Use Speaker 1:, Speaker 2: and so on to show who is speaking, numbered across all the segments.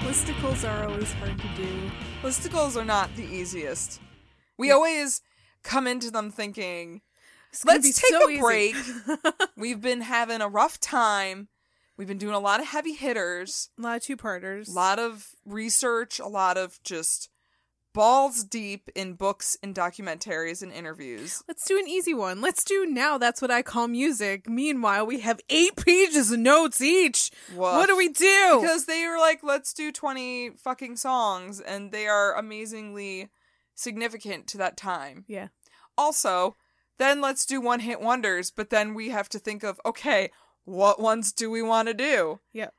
Speaker 1: Listicles are always hard to do.
Speaker 2: Listicles are not the easiest. We always come into them thinking,
Speaker 1: It's gonna
Speaker 2: let's
Speaker 1: be
Speaker 2: take
Speaker 1: so
Speaker 2: a
Speaker 1: easy.
Speaker 2: break. We've been having a rough time. We've been doing a lot of heavy hitters,
Speaker 1: a lot of two parters.
Speaker 2: a lot of research, a lot of just balls deep in books and documentaries and interviews.
Speaker 1: Let's do an easy one. Let's do now. That's what I call music. Meanwhile, we have eight pages of notes each. What do
Speaker 2: Woof.
Speaker 1: we do?
Speaker 2: Because they were like, let's do 20 fucking songs, and they are amazingly significant to that time.
Speaker 1: yeah.
Speaker 2: also then let's do one hit wonders but then we have to think of okay what ones do we want to do
Speaker 1: Yep.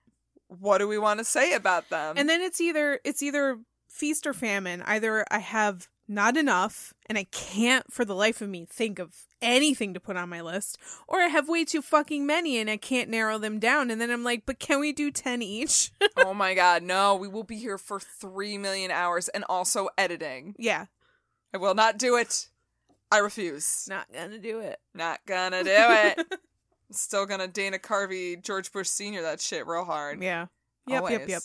Speaker 2: what do we want to say about them
Speaker 1: and then it's either it's either feast or famine. Either I have not enough and I can't for the life of me think of anything to put on my list, or I have way too fucking many and I can't narrow them down and then I'm like, "But can we do 10 each?"
Speaker 2: oh my god no we will be here for three million hours and also editing
Speaker 1: yeah,
Speaker 2: i will not do it i refuse
Speaker 1: not going to do it.
Speaker 2: not gonna do it I'm still gonna dana carvey george bush senior that shit real hard
Speaker 1: Yeah. Yep, yep,
Speaker 2: Always.
Speaker 1: yep.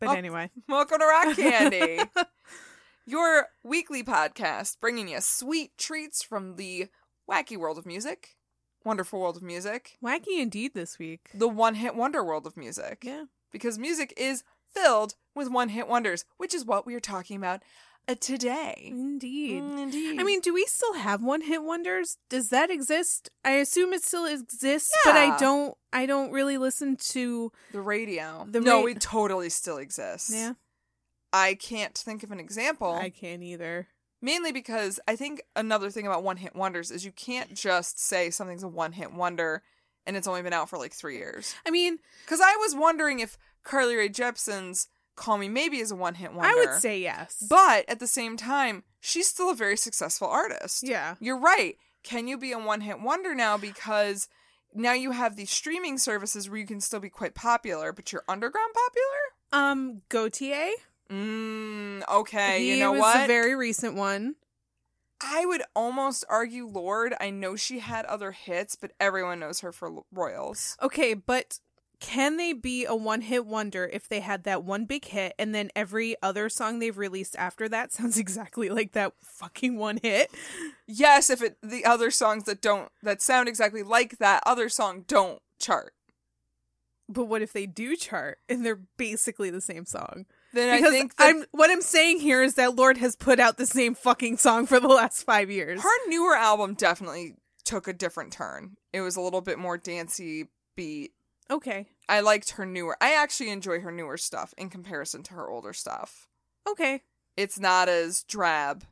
Speaker 1: But
Speaker 2: Oh.
Speaker 1: anyway,
Speaker 2: Welcome to Rock Candy, your weekly podcast bringing you sweet treats from the wacky world of music, wonderful world of music,
Speaker 1: wacky indeed this week.
Speaker 2: the one hit wonder world of music.
Speaker 1: Yeah.
Speaker 2: Because music is filled with one hit wonders, which is what we are talking about uh, today.
Speaker 1: Indeed.
Speaker 2: Mm, indeed.
Speaker 1: I mean, do we still have one hit wonders? Does that exist? I assume it still exists, but I
Speaker 2: Yeah.
Speaker 1: don't I don't really listen to
Speaker 2: the radio.
Speaker 1: The
Speaker 2: no,
Speaker 1: ra-
Speaker 2: it totally still exists. I can't think of an example.
Speaker 1: I can't either.
Speaker 2: Mainly because I think another thing about one hit wonders is you can't just say something's a one hit wonder and it's only been out for like three years.
Speaker 1: I mean,
Speaker 2: Because I was wondering if Carly Rae Jepsen's Call Me Maybe is a one hit wonder.
Speaker 1: I would say yes.
Speaker 2: But at the same time, she's still a very successful artist.
Speaker 1: yeah.
Speaker 2: You're right. Can you be a one hit wonder now? Because now you have these streaming services where you can still be quite popular, but you're underground popular?
Speaker 1: Um Gautier.
Speaker 2: Mmm, okay.
Speaker 1: he
Speaker 2: you know
Speaker 1: was
Speaker 2: what?
Speaker 1: a very recent one.
Speaker 2: I would almost argue Lord. I know she had other hits, but everyone knows her for L- Royals.
Speaker 1: Okay, but can they be a one hit wonder if they had that one big hit and then every other song they've released after that sounds exactly like that fucking one hit?
Speaker 2: Yes, if it the other songs that don't that sound exactly like that other song don't chart.
Speaker 1: But what if they do chart and they're basically the same song?
Speaker 2: Then
Speaker 1: Because
Speaker 2: I think that
Speaker 1: I'm what I'm saying here is that Lord has put out the same fucking song for the last five years.
Speaker 2: her newer album definitely took a different turn. It was a little bit more dancey beat.
Speaker 1: Okay.
Speaker 2: I liked her newer. I actually enjoy her newer stuff in comparison to her older stuff.
Speaker 1: Okay.
Speaker 2: It's not as drab,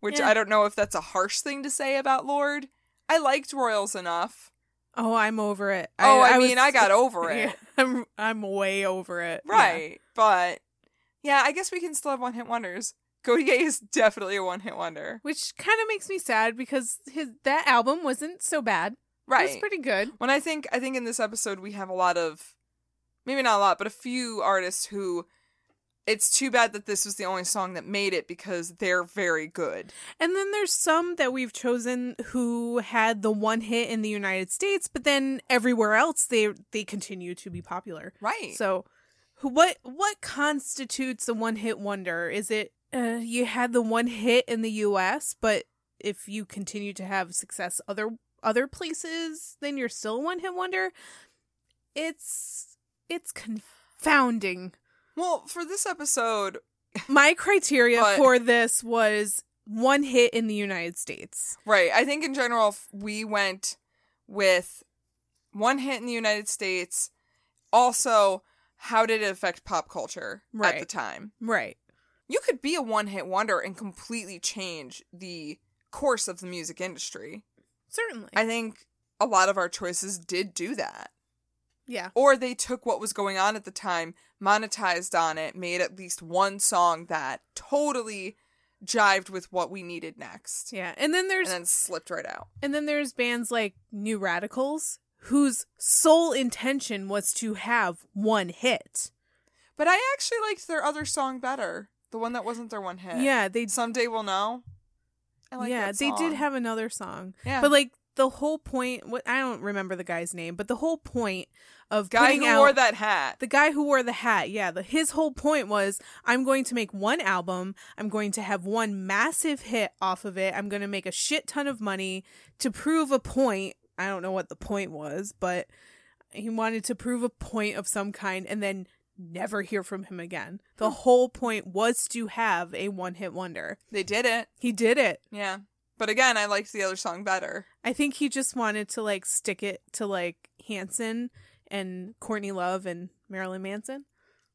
Speaker 2: which
Speaker 1: Yeah.
Speaker 2: I don't know if that's a harsh thing to say about Lord. I liked Royals enough.
Speaker 1: Oh, I'm over it.
Speaker 2: Oh, I,
Speaker 1: was-
Speaker 2: mean, I got over it.
Speaker 1: Yeah, I'm I'm way over it. Yeah.
Speaker 2: Right. But yeah, I guess we can still have one hit wonders. Godier is definitely a one hit wonder.
Speaker 1: Which kind of makes me sad because his that album wasn't so bad.
Speaker 2: Right.
Speaker 1: It was pretty good.
Speaker 2: when I think I think in this episode we have a lot of maybe not a lot, but a few artists who it's too bad that this was the only song that made it because they're very good.
Speaker 1: And then there's some that we've chosen who had the one hit in the United States, but then everywhere else they they continue to be popular.
Speaker 2: Right.
Speaker 1: So, who- what what constitutes a one hit wonder? Is it uh, you had the one hit in the U.S., but if you continue to have success other other places, then you're still a one hit wonder. It's it's confounding.
Speaker 2: well, for this episode,
Speaker 1: My criteria
Speaker 2: But-
Speaker 1: for this was one hit in the United States.
Speaker 2: right, I think in general f- we went with one hit in the United States. Also, how did it affect pop culture at the
Speaker 1: Right.
Speaker 2: time?
Speaker 1: Right.
Speaker 2: You could be a one hit wonder and completely change the course of the music industry.
Speaker 1: Certainly.
Speaker 2: I think a lot of our choices did do that.
Speaker 1: yeah.
Speaker 2: Or they took what was going on at the time, monetized on it, made at least one song that totally jived with what we needed next.
Speaker 1: Yeah. And then
Speaker 2: And
Speaker 1: there's
Speaker 2: then slipped right out.
Speaker 1: And then there's bands like New Radicals, whose sole intention was to have one hit.
Speaker 2: But I actually liked their other song better. The one that wasn't their one hit.
Speaker 1: Yeah, they
Speaker 2: Someday we'll know. I like
Speaker 1: yeah
Speaker 2: that
Speaker 1: they did
Speaker 2: song.
Speaker 1: have another song,
Speaker 2: Yeah.
Speaker 1: but like the whole point. What I don't remember the guy's name, but the whole point of
Speaker 2: Guy
Speaker 1: putting
Speaker 2: who
Speaker 1: out
Speaker 2: wore that hat.
Speaker 1: the guy who wore the hat. Yeah, the, his whole point was I'm going to make one album. I'm going to have one massive hit off of it. I'm going to make a shit ton of money to prove a point. I don't know what the point was, but he wanted to prove a point of some kind and then never hear from him again. The whole point was to have a one hit wonder.
Speaker 2: They did it.
Speaker 1: He did it.
Speaker 2: Yeah. But again, I liked the other song better.
Speaker 1: I think he just wanted to like stick it to like Hanson and Courtney Love and Marilyn Manson.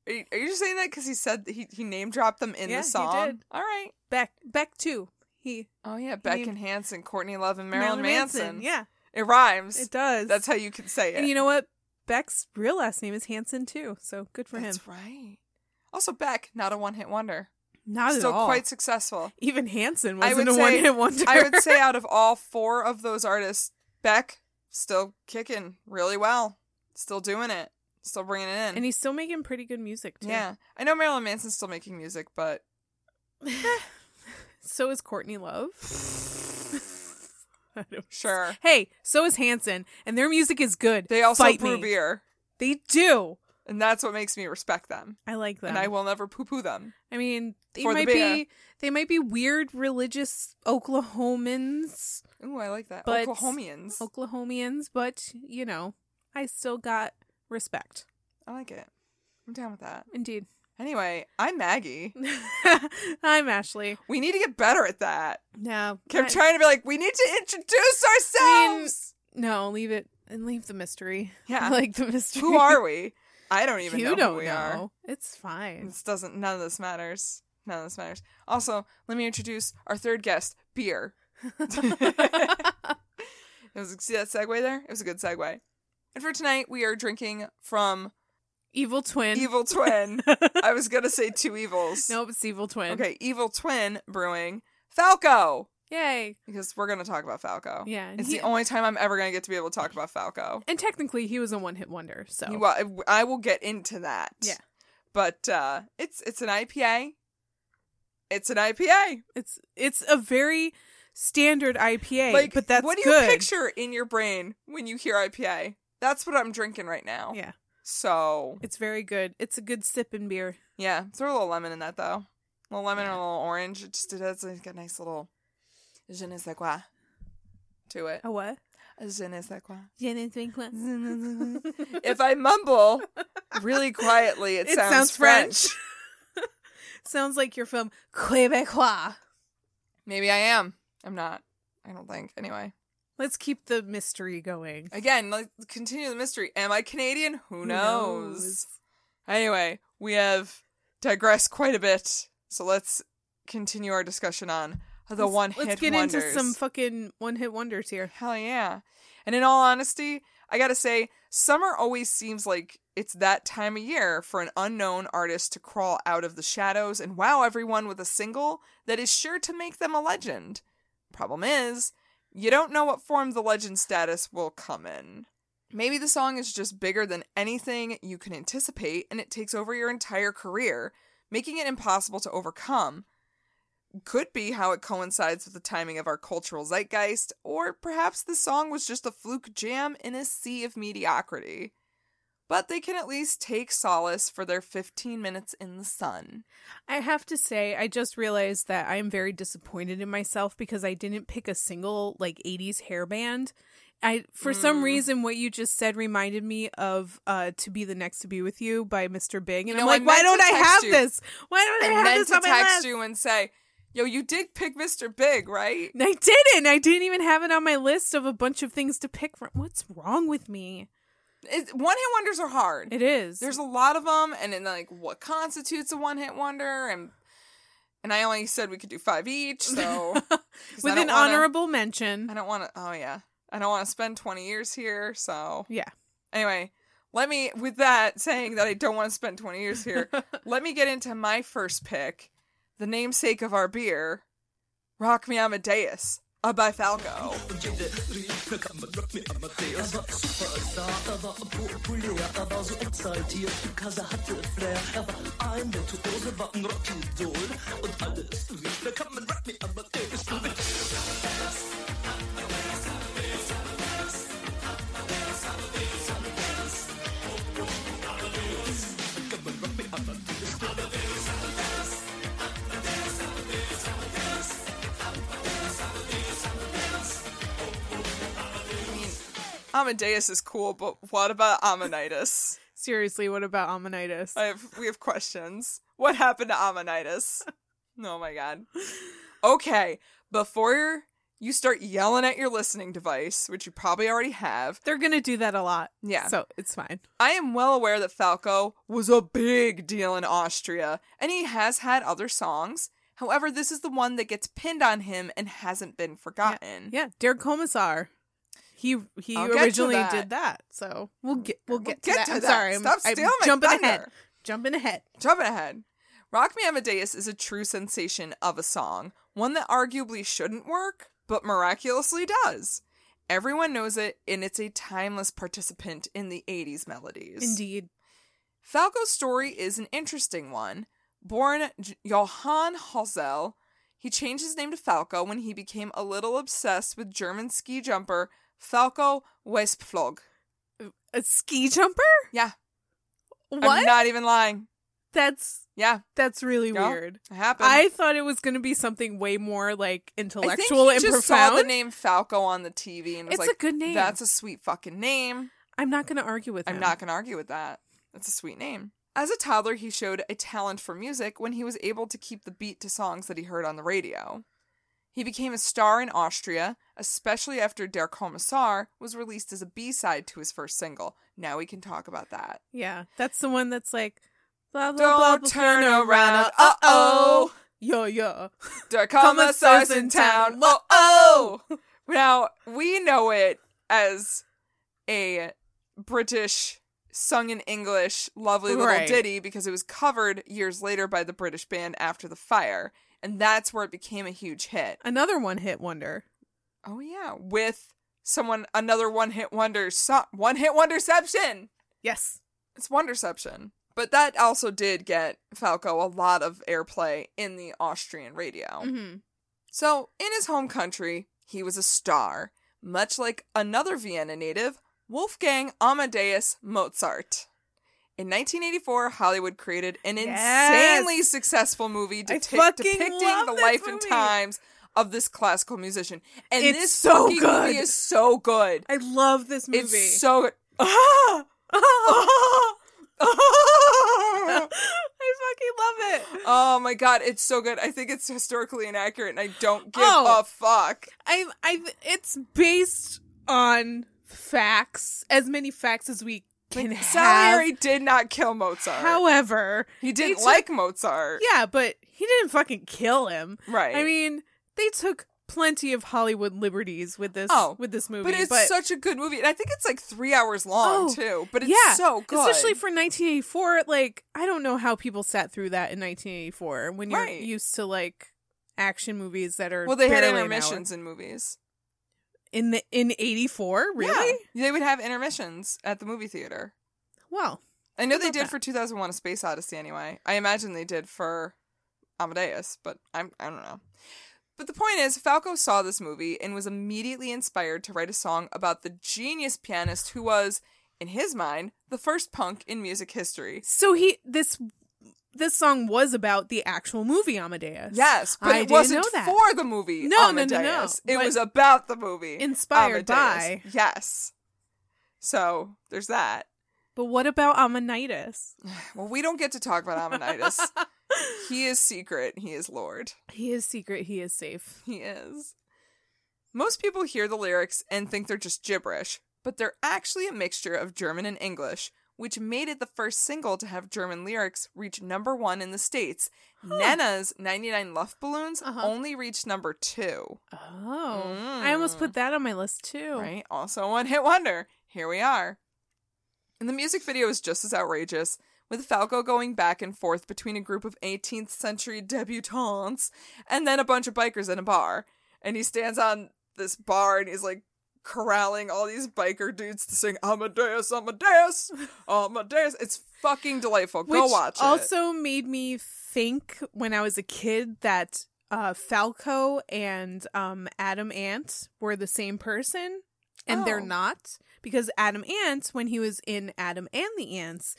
Speaker 2: Are you, are you just saying that because he said he, he name dropped them in
Speaker 1: Yeah,
Speaker 2: the
Speaker 1: he
Speaker 2: song?
Speaker 1: did.
Speaker 2: All right.
Speaker 1: Beck Beck too. He
Speaker 2: Oh yeah, Beck
Speaker 1: named-
Speaker 2: and Hanson, Courtney Love and Marilyn, Manson.
Speaker 1: Yeah,
Speaker 2: It rhymes.
Speaker 1: it does.
Speaker 2: That's how you can say it.
Speaker 1: And you know what? Beck's real last name is Hanson too, so good for
Speaker 2: That's
Speaker 1: him.
Speaker 2: right. Also, Beck, not a one-hit wonder.
Speaker 1: Not
Speaker 2: Still
Speaker 1: at all.
Speaker 2: quite successful.
Speaker 1: Even Hanson
Speaker 2: I
Speaker 1: wasn't a
Speaker 2: would say-
Speaker 1: one-hit wonder.
Speaker 2: I would say out of all four of those artists, Beck still kicking really well. Still doing it. Still bringing it in.
Speaker 1: and he's still making pretty good music too.
Speaker 2: yeah, I know Marilyn Manson's still making music, but
Speaker 1: So is Courtney Love. I don't-
Speaker 2: sure.
Speaker 1: Hey, so is Hanson, and their music is good.
Speaker 2: They also
Speaker 1: Fight
Speaker 2: brew
Speaker 1: me.
Speaker 2: beer,
Speaker 1: They do.
Speaker 2: and that's what makes me respect them.
Speaker 1: I like them.
Speaker 2: And I will never poo-poo them.
Speaker 1: I mean, they
Speaker 2: For the
Speaker 1: might
Speaker 2: beer.
Speaker 1: be they might be weird religious Oklahomans.
Speaker 2: Ooh, I like that.
Speaker 1: But-
Speaker 2: Oklahomians.
Speaker 1: Oklahomians, but you know, I still got respect.
Speaker 2: I like it. I'm down with that.
Speaker 1: Indeed.
Speaker 2: Anyway, I'm Maggie.
Speaker 1: I'm Ashley.
Speaker 2: We need to get better at that.
Speaker 1: No,
Speaker 2: Kept
Speaker 1: I-
Speaker 2: trying to be like, we need to introduce ourselves.
Speaker 1: no, leave it and leave the mystery.
Speaker 2: Yeah.
Speaker 1: I like the mystery.
Speaker 2: who are we? I don't even
Speaker 1: you?
Speaker 2: know
Speaker 1: don't
Speaker 2: who we are.
Speaker 1: know. It's fine.
Speaker 2: This doesn't. None of this matters. None of this matters. Also, let me introduce our third guest, Beer. It was see that segue there. It was a good segue. And for tonight, we are drinking from
Speaker 1: evil twin.
Speaker 2: Evil Twin. I was gonna say two evils.
Speaker 1: Nope, it's evil twin.
Speaker 2: Okay, Evil Twin Brewing Falco.
Speaker 1: Yay.
Speaker 2: Because we're gonna talk about Falco.
Speaker 1: Yeah, and
Speaker 2: it's
Speaker 1: he-
Speaker 2: the only time I'm ever gonna get to be able to talk about Falco.
Speaker 1: And technically, he was a one-hit wonder. So
Speaker 2: You- I- I will get into that.
Speaker 1: Yeah.
Speaker 2: But uh, it's it's an IPA. It's an IPA.
Speaker 1: it's it's a very standard IPA.
Speaker 2: like,
Speaker 1: but that's
Speaker 2: what do
Speaker 1: good.
Speaker 2: you picture in your brain when you hear IPA? That's what I'm drinking right now.
Speaker 1: Yeah,
Speaker 2: So
Speaker 1: it's very good. It's a good sip and beer.
Speaker 2: yeah, throw a little lemon in that though. A little lemon and a little orange. It just it has like a nice little je ne sais quoi to it.
Speaker 1: A what?
Speaker 2: Je ne sais quoi.
Speaker 1: it
Speaker 2: If I mumble really quietly, it, sounds, French.
Speaker 1: Sounds like you're from Quebecois.
Speaker 2: Maybe I am. I'm not. I don't think. Anyway.
Speaker 1: Let's keep the mystery going.
Speaker 2: Again, like continue the mystery. Am I Canadian? Who
Speaker 1: Who
Speaker 2: knows?
Speaker 1: knows?
Speaker 2: Anyway, we have digressed quite a bit, so let's continue our discussion on the
Speaker 1: Let's-
Speaker 2: one hit
Speaker 1: Let's get
Speaker 2: wonders.
Speaker 1: into some fucking one hit wonders here.
Speaker 2: Hell yeah! And in all honesty, I gotta say, summer always seems like it's that time of year for an unknown artist to crawl out of the shadows and wow everyone with a single that is sure to make them a legend. Problem is, you don't know what form the legend status will come in. Maybe the song is just bigger than anything you can anticipate and it takes over your entire career, making it impossible to overcome could be how it coincides with the timing of our cultural zeitgeist, or perhaps the song was just a fluke jam in a sea of mediocrity. But they can at least take solace for their 15 minutes in the sun.
Speaker 1: I have to say, I just realized that I am very disappointed in myself because I didn't pick a single like 80s hairband. I for
Speaker 2: Hmm.
Speaker 1: some reason what you just said reminded me of uh "To Be the Next to Be with You" by Mr. Big, and
Speaker 2: know,
Speaker 1: I'm
Speaker 2: I
Speaker 1: like, why
Speaker 2: meant
Speaker 1: don't
Speaker 2: to
Speaker 1: I
Speaker 2: text
Speaker 1: have
Speaker 2: you.
Speaker 1: this? Why don't I,
Speaker 2: I
Speaker 1: have
Speaker 2: meant
Speaker 1: this
Speaker 2: to
Speaker 1: on my
Speaker 2: text
Speaker 1: list?
Speaker 2: you and say, Yo, you did pick Mr. Big, right?
Speaker 1: I didn't. I didn't even have it on my list of a bunch of things to pick from. What's wrong with me?
Speaker 2: It, one hit wonders are hard.
Speaker 1: It is.
Speaker 2: There's a lot of them, and then like what constitutes a one hit wonder, and and I only said we could do five each, so 'cause I
Speaker 1: with
Speaker 2: don't
Speaker 1: an
Speaker 2: wanna-
Speaker 1: honorable mention.
Speaker 2: I don't want to. Oh yeah, I don't want to spend twenty years here. So
Speaker 1: Yeah.
Speaker 2: anyway, let me with that saying that I don't want to spend twenty years here. let me get into my first pick, the namesake of our beer, "Rock Me Amadeus" uh, by Falco. Amadeus is cool, but what about Ammonitis?
Speaker 1: Seriously, what about Ammonitis?
Speaker 2: I have we have questions. What happened to Ammonitis? Oh my god. Okay, before you start yelling at your listening device, which you probably already have,
Speaker 1: They're gonna do that a lot.
Speaker 2: Yeah.
Speaker 1: So it's fine.
Speaker 2: I am well aware that Falco was a big deal in Austria, and he has had other songs. However, this is the one that gets pinned on him and hasn't been forgotten.
Speaker 1: Yeah, Der Kommissar. He he
Speaker 2: I'll get to
Speaker 1: originally
Speaker 2: that.
Speaker 1: did that. So we'll get we'll get, to, that. I'm
Speaker 2: that.
Speaker 1: sorry. I'm,
Speaker 2: Stop
Speaker 1: I'm
Speaker 2: stealing my
Speaker 1: jumping
Speaker 2: thunder.
Speaker 1: ahead. Jumping ahead.
Speaker 2: Jumping ahead. Rock Me Amadeus is a true sensation of a song, one that arguably shouldn't work, but miraculously does. Everyone knows it, and it's a timeless participant in the 80s melodies.
Speaker 1: Indeed.
Speaker 2: Falco's story is an interesting one. Born J- Johann Halsell, he changed his name to Falco when he became a little obsessed with German ski jumper Falco Westpflog.
Speaker 1: A ski jumper?
Speaker 2: Yeah,
Speaker 1: What?
Speaker 2: I'm not even lying.
Speaker 1: that's
Speaker 2: Yeah,
Speaker 1: that's really
Speaker 2: Yeah.
Speaker 1: weird.
Speaker 2: it happened.
Speaker 1: I thought it was gonna be something way more like
Speaker 2: I think
Speaker 1: intellectual
Speaker 2: he
Speaker 1: and
Speaker 2: just
Speaker 1: profound.
Speaker 2: saw the name Falco on the TV and was
Speaker 1: It's a
Speaker 2: like,
Speaker 1: good name.
Speaker 2: That's a sweet fucking name.
Speaker 1: I'm not gonna argue with
Speaker 2: I'm
Speaker 1: him.
Speaker 2: not going to argue with that. That's a sweet name. As a toddler, he showed a talent for music when he was able to keep the beat to songs that he heard on the radio. He became a star in Austria, especially after Der Kommissar was released as a B side to his first single. Now we can talk about that.
Speaker 1: Yeah, that's the one that's like blah blah blah.
Speaker 2: Don't
Speaker 1: blah,
Speaker 2: turn
Speaker 1: blah,
Speaker 2: around,
Speaker 1: blah,
Speaker 2: uh oh.
Speaker 1: Yo yo.
Speaker 2: Der Kommissar's in town. Oh, oh. Now, we know it as a British sung in English lovely little
Speaker 1: Right.
Speaker 2: ditty because it was covered years later by the British band After the Fire. And that's where it became a huge hit.
Speaker 1: Another one hit wonder.
Speaker 2: Oh, yeah. With someone, another one hit wonder, so- one hit wonderception.
Speaker 1: Yes.
Speaker 2: It's Wonderception. But that also did get Falco a lot of airplay in the Austrian radio.
Speaker 1: Mm-hmm.
Speaker 2: So, in his home country, he was a star, much like another Vienna native, Wolfgang Amadeus Mozart. In 1984, Hollywood created an
Speaker 1: Yes!
Speaker 2: insanely successful movie
Speaker 1: I
Speaker 2: depi-
Speaker 1: fucking
Speaker 2: depicting
Speaker 1: love
Speaker 2: the
Speaker 1: this
Speaker 2: life and
Speaker 1: movie!
Speaker 2: times of this classical musician. And
Speaker 1: It's
Speaker 2: this
Speaker 1: so
Speaker 2: fucking
Speaker 1: good!
Speaker 2: movie is so good.
Speaker 1: I love this movie.
Speaker 2: It's so good.
Speaker 1: I fucking love it.
Speaker 2: Oh my god, it's so good. I think it's historically inaccurate and I don't give
Speaker 1: Oh.
Speaker 2: a fuck.
Speaker 1: I I it's based on facts, as many facts as we can
Speaker 2: Like,
Speaker 1: have.
Speaker 2: Salieri did not kill Mozart.
Speaker 1: However,
Speaker 2: he didn't
Speaker 1: took-
Speaker 2: like Mozart.
Speaker 1: yeah, but he didn't fucking kill him.
Speaker 2: Right.
Speaker 1: I mean, they took plenty of Hollywood liberties with this
Speaker 2: Oh,
Speaker 1: with this movie.
Speaker 2: But it's such a good movie. And I think it's like three hours long,
Speaker 1: Oh,
Speaker 2: too. But it's
Speaker 1: yeah,
Speaker 2: so good.
Speaker 1: especially for 1984. Like I don't know how people sat through that in 1984 when you're
Speaker 2: Right.
Speaker 1: used to like action movies that are
Speaker 2: Well, they had
Speaker 1: barely an hour.
Speaker 2: intermissions in movies.
Speaker 1: in the in 84 really
Speaker 2: Yeah. They would have intermissions at the movie theater.
Speaker 1: well
Speaker 2: I know they
Speaker 1: about
Speaker 2: did
Speaker 1: that?
Speaker 2: for 2001 A Space Odyssey anyway. I imagine they did for Amadeus, but I'm I don't know. But the point is Falco saw this movie and was immediately inspired to write a song about the genius pianist who was in his mind the first punk in music history.
Speaker 1: so he this this song was about the actual movie Amadeus
Speaker 2: Yes, but
Speaker 1: I
Speaker 2: it
Speaker 1: didn't
Speaker 2: wasn't
Speaker 1: know that.
Speaker 2: for the movie
Speaker 1: No, no, no,
Speaker 2: Amadeus.
Speaker 1: no.
Speaker 2: It
Speaker 1: But
Speaker 2: was about the movie.
Speaker 1: inspired by-
Speaker 2: Yes. So, there's that.
Speaker 1: but what about Amanitis
Speaker 2: Well, we don't get to talk about Amonitis. he is secret, he is lord.
Speaker 1: he is secret he is safe
Speaker 2: He is. Most people hear the lyrics and think they're just gibberish, but they're actually a mixture of German and English, which made it the first single to have German lyrics reach number one in the States. Nana's 99 Luft Balloons
Speaker 1: Uh-huh.
Speaker 2: only reached number two,
Speaker 1: oh I almost put that on my list too
Speaker 2: Mm. right? Also a one hit wonder. Here we are. And the music video is just as outrageous, with Falco going back and forth between a group of 18th century debutantes and then a bunch of bikers in a bar. And he stands on this bar and he's like corralling all these biker dudes to sing Amadeus, Amadeus, Amadeus. It's fucking delightful.
Speaker 1: which
Speaker 2: Go watch it.
Speaker 1: also made me think when I was a kid that uh, Falco and um, Adam Ant were the same person, and they're
Speaker 2: Oh.
Speaker 1: not because Adam Ant, when he was in Adam and the Ants,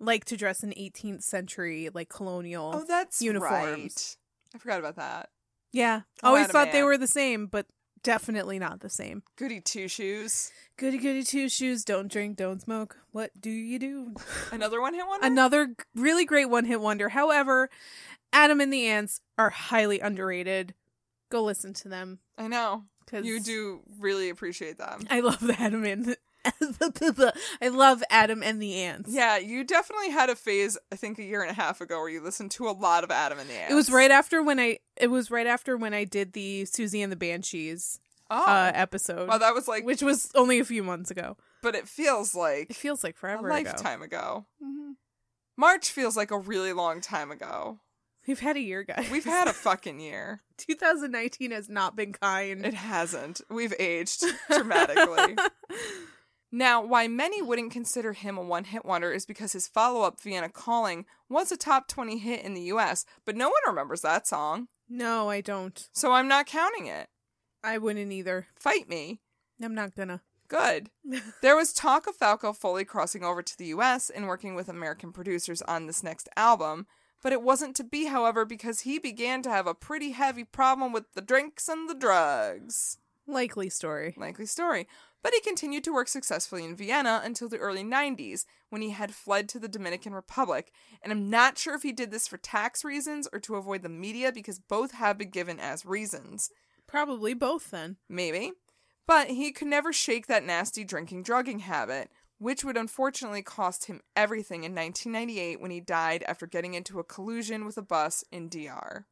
Speaker 1: liked to dress in 18th century like colonial.
Speaker 2: oh, that's
Speaker 1: uniforms.
Speaker 2: right. I forgot about that.
Speaker 1: yeah,
Speaker 2: Oh,
Speaker 1: always
Speaker 2: Adam
Speaker 1: thought they
Speaker 2: Ant.
Speaker 1: were the same, but definitely not the same.
Speaker 2: Goody Two Shoes.
Speaker 1: Goody goody two shoes, don't drink, don't smoke. What do you do?
Speaker 2: Another one hit wonder?
Speaker 1: another g- really great one hit wonder. However, Adam and the Ants are highly underrated. Go listen to them
Speaker 2: I know.
Speaker 1: because
Speaker 2: You do really appreciate them.
Speaker 1: I love the Adam and I love Adam and the Ants.
Speaker 2: Yeah, you definitely had a phase, I think a year and a half ago, where you listened to a lot of Adam and the Ants.
Speaker 1: It was right after when I it was right after when I did the Susie and the Banshees
Speaker 2: Oh,
Speaker 1: uh, episode,
Speaker 2: well, that was like,
Speaker 1: which was only a few months ago.
Speaker 2: but it feels like
Speaker 1: It feels like
Speaker 2: a
Speaker 1: forever ago. Mm-hmm.
Speaker 2: lifetime ago. March feels like a really long time ago.
Speaker 1: We've had a year, guys.
Speaker 2: We've had a fucking year.
Speaker 1: 2019 has not been kind.
Speaker 2: It hasn't. We've aged dramatically. now, why many wouldn't consider him a one hit wonder is because his follow up, Vienna Calling, was a top 20 hit in the US, but no one remembers that song,
Speaker 1: no, I don't.
Speaker 2: so I'm not counting it.
Speaker 1: I wouldn't either.
Speaker 2: Fight me.
Speaker 1: I'm not gonna.
Speaker 2: Good. There was talk of Falco fully crossing over to the US and working with American producers on this next album, but it wasn't to be, however, because he began to have a pretty heavy problem with the drinks and the drugs.
Speaker 1: Likely story.
Speaker 2: Likely story. But he continued to work successfully in Vienna until the early 90s, when he had fled to the Dominican Republic. And I'm not sure if he did this for tax reasons or to avoid the media, because both have been given as reasons.
Speaker 1: Probably both then.
Speaker 2: Maybe. But he could never shake that nasty drinking drugging habit, which would unfortunately cost him everything in 1998 when he died after getting into a collusion with a bus in DR.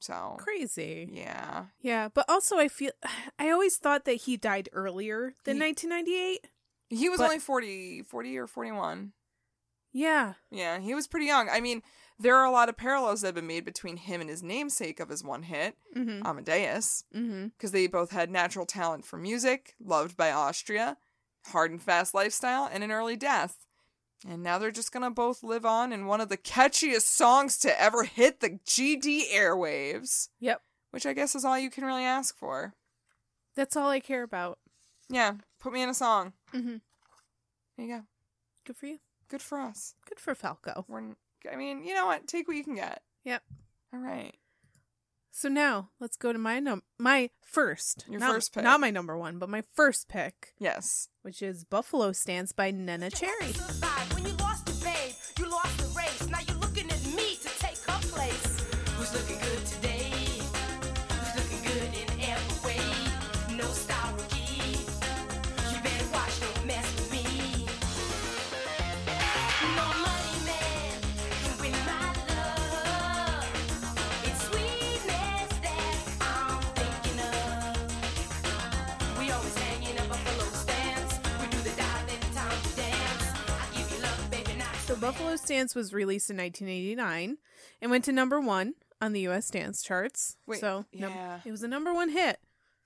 Speaker 2: So,
Speaker 1: Crazy.
Speaker 2: yeah.
Speaker 1: Yeah, but also I feel I always thought that he died earlier than
Speaker 2: He-
Speaker 1: 1998.
Speaker 2: He was
Speaker 1: But-
Speaker 2: only 40, 40 or 41.
Speaker 1: Yeah.
Speaker 2: Yeah, he was pretty young. I mean, there are a lot of parallels that have been made between him and his namesake of his one hit,
Speaker 1: Mhm.
Speaker 2: Amadeus.
Speaker 1: Mhm.
Speaker 2: because they both had natural talent for music, loved by Austria, hard and fast lifestyle, and an early death. And now they're just gonna both live on in one of the catchiest songs to ever hit the GD airwaves,
Speaker 1: Yep.
Speaker 2: which I guess is all you can really ask for.
Speaker 1: That's all I care about.
Speaker 2: Yeah, put me in a song.
Speaker 1: Mhm.
Speaker 2: There you go.
Speaker 1: Good for you.
Speaker 2: Good for us.
Speaker 1: Good for Falco.
Speaker 2: We're, n- I mean, you know what? Take what you can get.
Speaker 1: Yep.
Speaker 2: All right.
Speaker 1: So now, let's go to my num my first.
Speaker 2: Your
Speaker 1: not,
Speaker 2: first pick.
Speaker 1: Not my number 1, but my first pick,
Speaker 2: Yes.
Speaker 1: which is Buffalo Stance by Nena Cherry.
Speaker 3: Survive. When you lost your babe, you lost the race. Now you're looking at me to take her place. Who's looking good today? Who's looking good in every way? No style rookie. You better watch, don't mess with me. No money man can win my love. It's sweetness that I'm thinking.
Speaker 1: So Buffalo Stance was released in 1989 and went to number one on the U.S. dance charts.
Speaker 2: Wait,
Speaker 1: so num-
Speaker 2: yeah.
Speaker 1: it was a number one hit.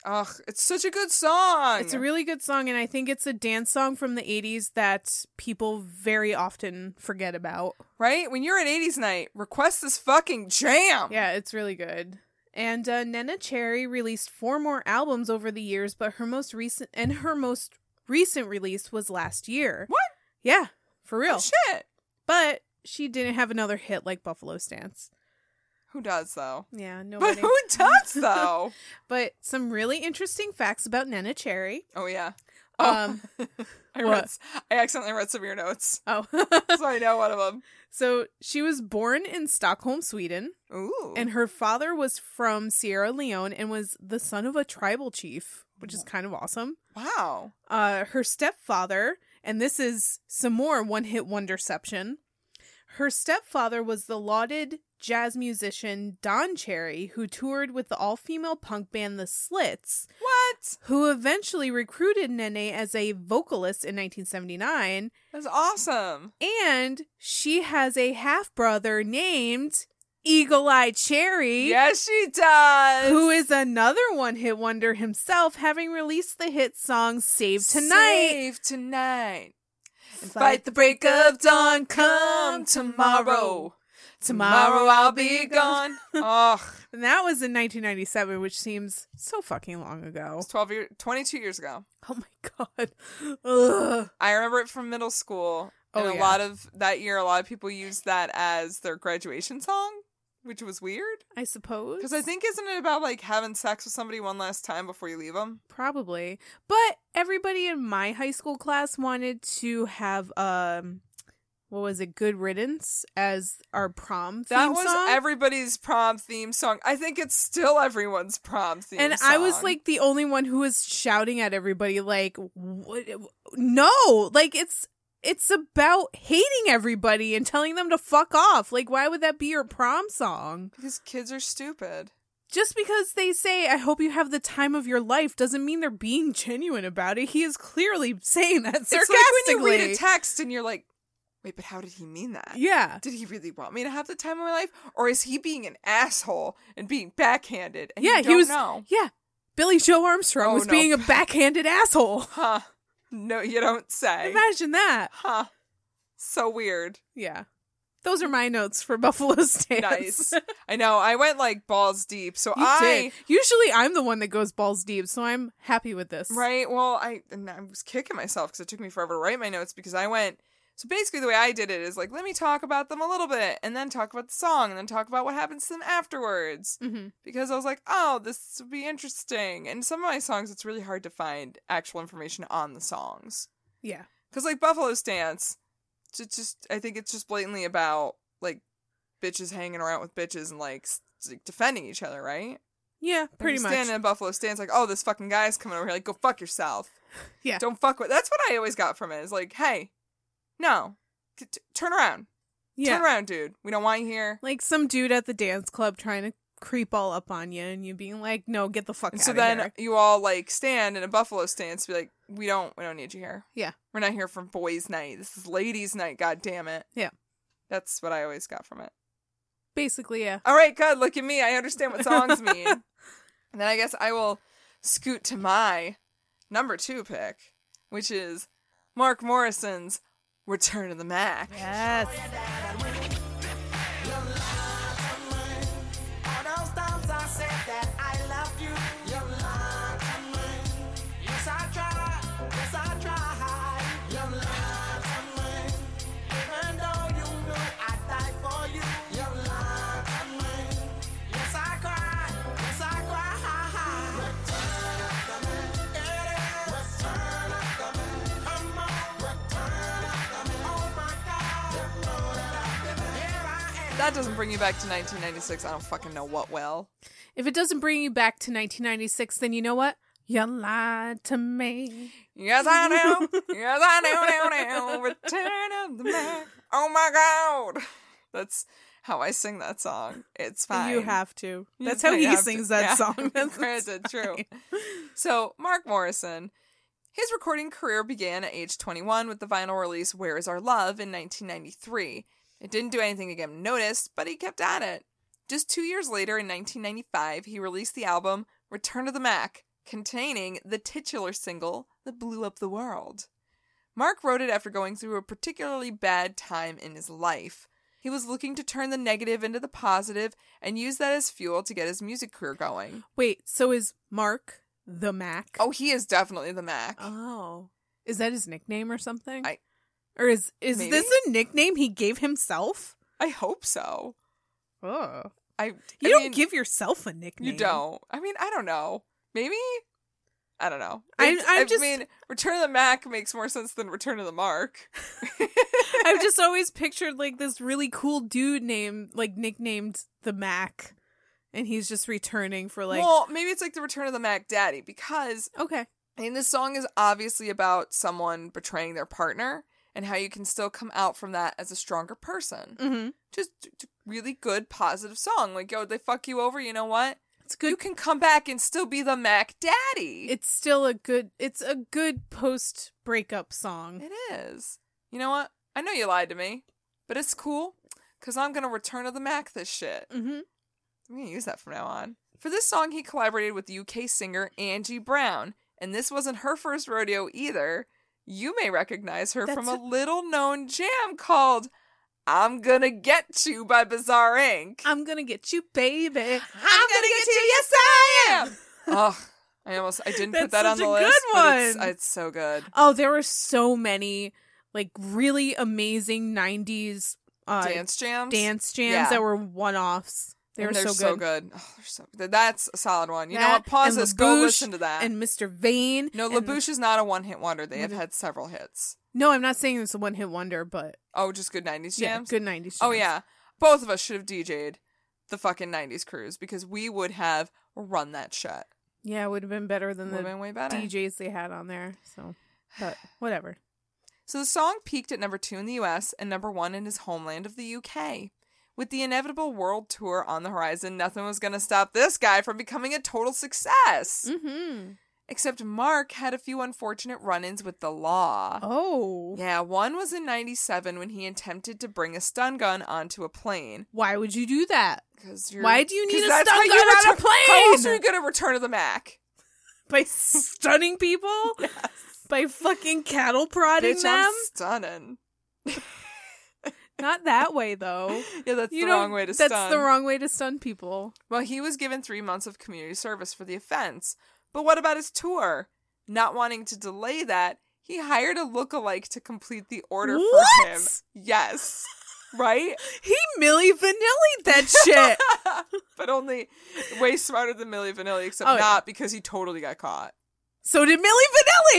Speaker 2: Ugh, it's such a good song.
Speaker 1: It's a really good song, and I think it's a dance song from the 80s that people very often forget about.
Speaker 2: right when you're at 80s night, request this fucking jam.
Speaker 1: Yeah, it's really good. And uh, Nena Cherry released four more albums over the years, but her most recent and her most recent release was last year.
Speaker 2: What?
Speaker 1: Yeah, for real.
Speaker 2: Shit.
Speaker 1: but she didn't have another hit like Buffalo Stance.
Speaker 2: Who does though?
Speaker 1: Yeah,
Speaker 2: But
Speaker 1: nobody.
Speaker 2: who does though?
Speaker 1: but some really interesting facts about Nena Cherry.
Speaker 2: oh yeah. Oh.
Speaker 1: Um,
Speaker 2: I
Speaker 1: what?
Speaker 2: read. s- I accidentally read some of your notes,
Speaker 1: oh,
Speaker 2: so I know one of them.
Speaker 1: so she was born in Stockholm, Sweden,
Speaker 2: Ooh.
Speaker 1: and her father was from Sierra Leone and was the son of a tribal chief, which is kind of awesome.
Speaker 2: wow.
Speaker 1: uh, her stepfather, and this is some more one hit wonderception. Her stepfather was the lauded jazz musician Don Cherry, who toured with the all female punk band The Slits,
Speaker 2: What?
Speaker 1: who eventually recruited Nene as a vocalist in 1979.
Speaker 2: That's awesome.
Speaker 1: And she has a half brother named Eagle Eye Cherry
Speaker 2: Yes, she does.
Speaker 1: who is another one hit wonder himself, having released the hit song Save Tonight.
Speaker 2: Save tonight.
Speaker 1: Fight,
Speaker 2: Fight the break of dawn. Come tomorrow. Tomorrow I'll be gone. Ugh.
Speaker 1: And that was in 1997, which seems so fucking long ago.
Speaker 2: It's 12 year, 22 years ago.
Speaker 1: Oh my god. Ugh.
Speaker 2: I remember it from middle school.
Speaker 1: Oh,
Speaker 2: And a
Speaker 1: yeah.
Speaker 2: lot of that year, a lot of people used that as their graduation song, which was weird.
Speaker 1: I suppose.
Speaker 2: Because I think, isn't it about like having sex with somebody one last time before you leave them?
Speaker 1: probably, but everybody in my high school class wanted to have um, what was it? Good Riddance as our prom.
Speaker 2: That
Speaker 1: theme
Speaker 2: was
Speaker 1: song.
Speaker 2: everybody's prom theme song. I think it's still everyone's prom theme
Speaker 1: and I was
Speaker 2: song.
Speaker 1: like the only one who was shouting at everybody, like, what? no, like it's it's about hating everybody and telling them to fuck off. Like, why would that be your prom song?
Speaker 2: because kids are stupid.
Speaker 1: Just because they say "I hope you have the time of your life" doesn't mean they're being genuine about it. He is clearly saying that
Speaker 2: It's
Speaker 1: sarcastically.
Speaker 2: like when you read a text and you're like, wait, but how did he mean that?
Speaker 1: yeah,
Speaker 2: Did he really want me to have the time of my life? Or is he being an asshole and being backhanded? And you
Speaker 1: yeah, he
Speaker 2: don't
Speaker 1: was.
Speaker 2: know.
Speaker 1: Yeah, Billy Joe Armstrong
Speaker 2: Oh,
Speaker 1: was
Speaker 2: no.
Speaker 1: being a backhanded asshole.
Speaker 2: Huh. No, you don't say.
Speaker 1: Imagine that.
Speaker 2: Huh. So weird.
Speaker 1: Yeah. Those are my notes for Buffalo Stance.
Speaker 2: Nice. I know. I went like balls deep. So
Speaker 1: You
Speaker 2: I
Speaker 1: did. Usually I'm the one that goes balls deep, so I'm happy with this.
Speaker 2: Right. Well, I and I was kicking myself because it took me forever to write my notes because I went. So basically, the way I did it is like, let me talk about them a little bit, and then talk about the song, and then talk about what happens to them afterwards.
Speaker 1: hmm
Speaker 2: Because I was like, oh, this would be interesting. And some of my songs, it's really hard to find actual information on the songs.
Speaker 1: Yeah.
Speaker 2: Because like Buffalo Stance, it's just, just I think it's just blatantly about like bitches hanging around with bitches and like, s- like defending each other, right?
Speaker 1: Yeah,
Speaker 2: Like,
Speaker 1: pretty
Speaker 2: you're
Speaker 1: much.
Speaker 2: Standing in Buffalo stands like, oh, this fucking guy's coming over here. Like, go fuck yourself.
Speaker 1: Yeah.
Speaker 2: Don't fuck with. That's what I always got from it. Is like, hey, no, T- t- turn around,
Speaker 1: yeah.
Speaker 2: turn around, dude. We don't want you here.
Speaker 1: Like some dude at the dance club trying to creep all up on you and you being like, No, get the fuck
Speaker 2: And
Speaker 1: out
Speaker 2: so
Speaker 1: of
Speaker 2: then
Speaker 1: here.
Speaker 2: you all like stand in a Buffalo stance, be like, we don't, we don't need you here.
Speaker 1: Yeah.
Speaker 2: We're not here for boys' night. This is ladies' night. God damn it.
Speaker 1: Yeah.
Speaker 2: That's what I always got from it.
Speaker 1: Basically, yeah.
Speaker 2: All right, God, look at me. I understand what songs mean. and then I guess I will scoot to my number two pick, which is Mark Morrison's Return to the Mac.
Speaker 1: Yes.
Speaker 3: All those times I said that I love you, you lied to me. Yes, I tried, yes, I tried. You lied to me. Even though you knew I died for you, you lied to me. Yes, I cried, yes, I cried. Return of the man. Yeah. Return of the man. Come on, return of the man. Oh my God. You know that I've been here I am.
Speaker 2: That doesn't bring you back to 1996. I don't fucking know what will.
Speaker 1: If it doesn't bring you back to nineteen ninety six, then you know what? You lied to me.
Speaker 2: Yes, I know. yes, I know, know, know. Return of the Mac. Oh my God. That's how I sing that song. It's fine.
Speaker 1: You have to.
Speaker 2: You
Speaker 1: That's how
Speaker 2: might
Speaker 1: he
Speaker 2: have to-
Speaker 1: sings that
Speaker 2: yeah.
Speaker 1: song. That's
Speaker 2: Granted, true. So Mark Morrison, His recording career began at age 21 with the vinyl release Where Is Our Love in 1993. It didn't do anything to get him noticed, but he kept at it. Just two years later, in 1995, he released the album Return to the Mac, containing the titular single that blew up the world. Mark wrote it after going through a particularly bad time in his life. He was looking to turn the negative into the positive and use that as fuel to get his music career going.
Speaker 1: Wait, so is Mark the Mac?
Speaker 2: Oh, he is definitely the Mac.
Speaker 1: Oh. Is that his nickname or something?
Speaker 2: I-
Speaker 1: or is is
Speaker 2: Maybe?
Speaker 1: this a nickname he gave himself?
Speaker 2: I hope so.
Speaker 1: Oh.
Speaker 2: I
Speaker 1: You
Speaker 2: I
Speaker 1: don't
Speaker 2: mean,
Speaker 1: give yourself a nickname.
Speaker 2: you don't. I mean, I don't know. Maybe I don't know.
Speaker 1: I-
Speaker 2: It's-
Speaker 1: I'm just-
Speaker 2: mean, Return of the Mac makes more sense than Return of the Mark.
Speaker 1: I've just always pictured like this really cool dude named like nicknamed the Mac and he's just returning for like
Speaker 2: well, maybe it's like the Return of the Mac Daddy because
Speaker 1: Okay.
Speaker 2: I mean, this song is obviously about someone betraying their partner and how you can still come out from that as a stronger person.
Speaker 1: Mhm.
Speaker 2: Just t- t- really good, positive song. Like, yo, they fuck you over. You know what?
Speaker 1: It's good
Speaker 2: You can come back and still be the Mac Daddy.
Speaker 1: it's still a good it's a good post breakup song.
Speaker 2: It is. You know what? I know you lied to me, but it's cool because I'm going to return to the Mac this shit.
Speaker 1: Mhm.
Speaker 2: I'm going to use that from now on. For this song, he collaborated with UK singer Angie Brown, and this wasn't her first rodeo either. You may recognize her from a
Speaker 1: That's
Speaker 2: little known jam called I'm Gonna Get You by Bizarre Inc.
Speaker 1: I'm gonna get you, baby. I'm,
Speaker 2: gonna get you, yes I am! Ugh. I almost I didn't put
Speaker 1: That's
Speaker 2: that on
Speaker 1: such
Speaker 2: the
Speaker 1: a good
Speaker 2: list, but it's,
Speaker 1: one.
Speaker 2: it's so good.
Speaker 1: Oh, there were so many like really amazing '90s uh,
Speaker 2: dance jams,
Speaker 1: dance jams
Speaker 2: Yeah.
Speaker 1: that were one-offs. They
Speaker 2: And
Speaker 1: were
Speaker 2: they're
Speaker 1: so, good.
Speaker 2: Oh, they're so good. That's a solid one. You know
Speaker 1: That
Speaker 2: what? Pause
Speaker 1: and
Speaker 2: this. Go
Speaker 1: LaBouche
Speaker 2: listen to that.
Speaker 1: And Mr. Vane.
Speaker 2: no,
Speaker 1: and-
Speaker 2: LaBouche is not a one hit wonder. They have had several hits.
Speaker 1: No, I'm not saying it's a one-hit wonder, but
Speaker 2: Oh, just good 90s jams?
Speaker 1: yeah, good '90s. Jams.
Speaker 2: Oh, yeah. Both of us should have DJ'd the fucking 90s cruise because we would have run that shit.
Speaker 1: yeah, it would have been better than
Speaker 2: Would have been
Speaker 1: the
Speaker 2: way better.
Speaker 1: DJs they had on there. So, but whatever.
Speaker 2: So the song peaked at number two in the US and number one in his homeland of the UK. With the inevitable world tour on the horizon, nothing was going to stop this guy from becoming a total success.
Speaker 1: Mm-hmm.
Speaker 2: Except Mark had a few unfortunate run ins with the law.
Speaker 1: Oh,
Speaker 2: Yeah, one was in 97 when he attempted to bring a stun gun onto a plane.
Speaker 1: why would you do that?
Speaker 2: Cause you're,
Speaker 1: Why do you need
Speaker 2: 'cause
Speaker 1: a
Speaker 2: that's
Speaker 1: stun
Speaker 2: how you
Speaker 1: gun on a
Speaker 2: return- How else
Speaker 1: plane?
Speaker 2: are you going to return to the Mac?
Speaker 1: By stunning people? By fucking cattle prodding
Speaker 2: Bitch,
Speaker 1: them?
Speaker 2: I'm stunning.
Speaker 1: Not that way though.
Speaker 2: Yeah, that's
Speaker 1: You
Speaker 2: the
Speaker 1: know,
Speaker 2: wrong way to
Speaker 1: that's
Speaker 2: stun.
Speaker 1: the wrong way to stun people.
Speaker 2: well, he was given three months of community service for the offense. But what about his tour? Not wanting to delay that, he hired a lookalike to complete the order
Speaker 1: What?
Speaker 2: for him. Yes. Right?
Speaker 1: He Millie Vanillied that shit.
Speaker 2: but only way smarter than Millie Vanilli, except
Speaker 1: Oh, yeah.
Speaker 2: not because he totally got caught.
Speaker 1: so did Millie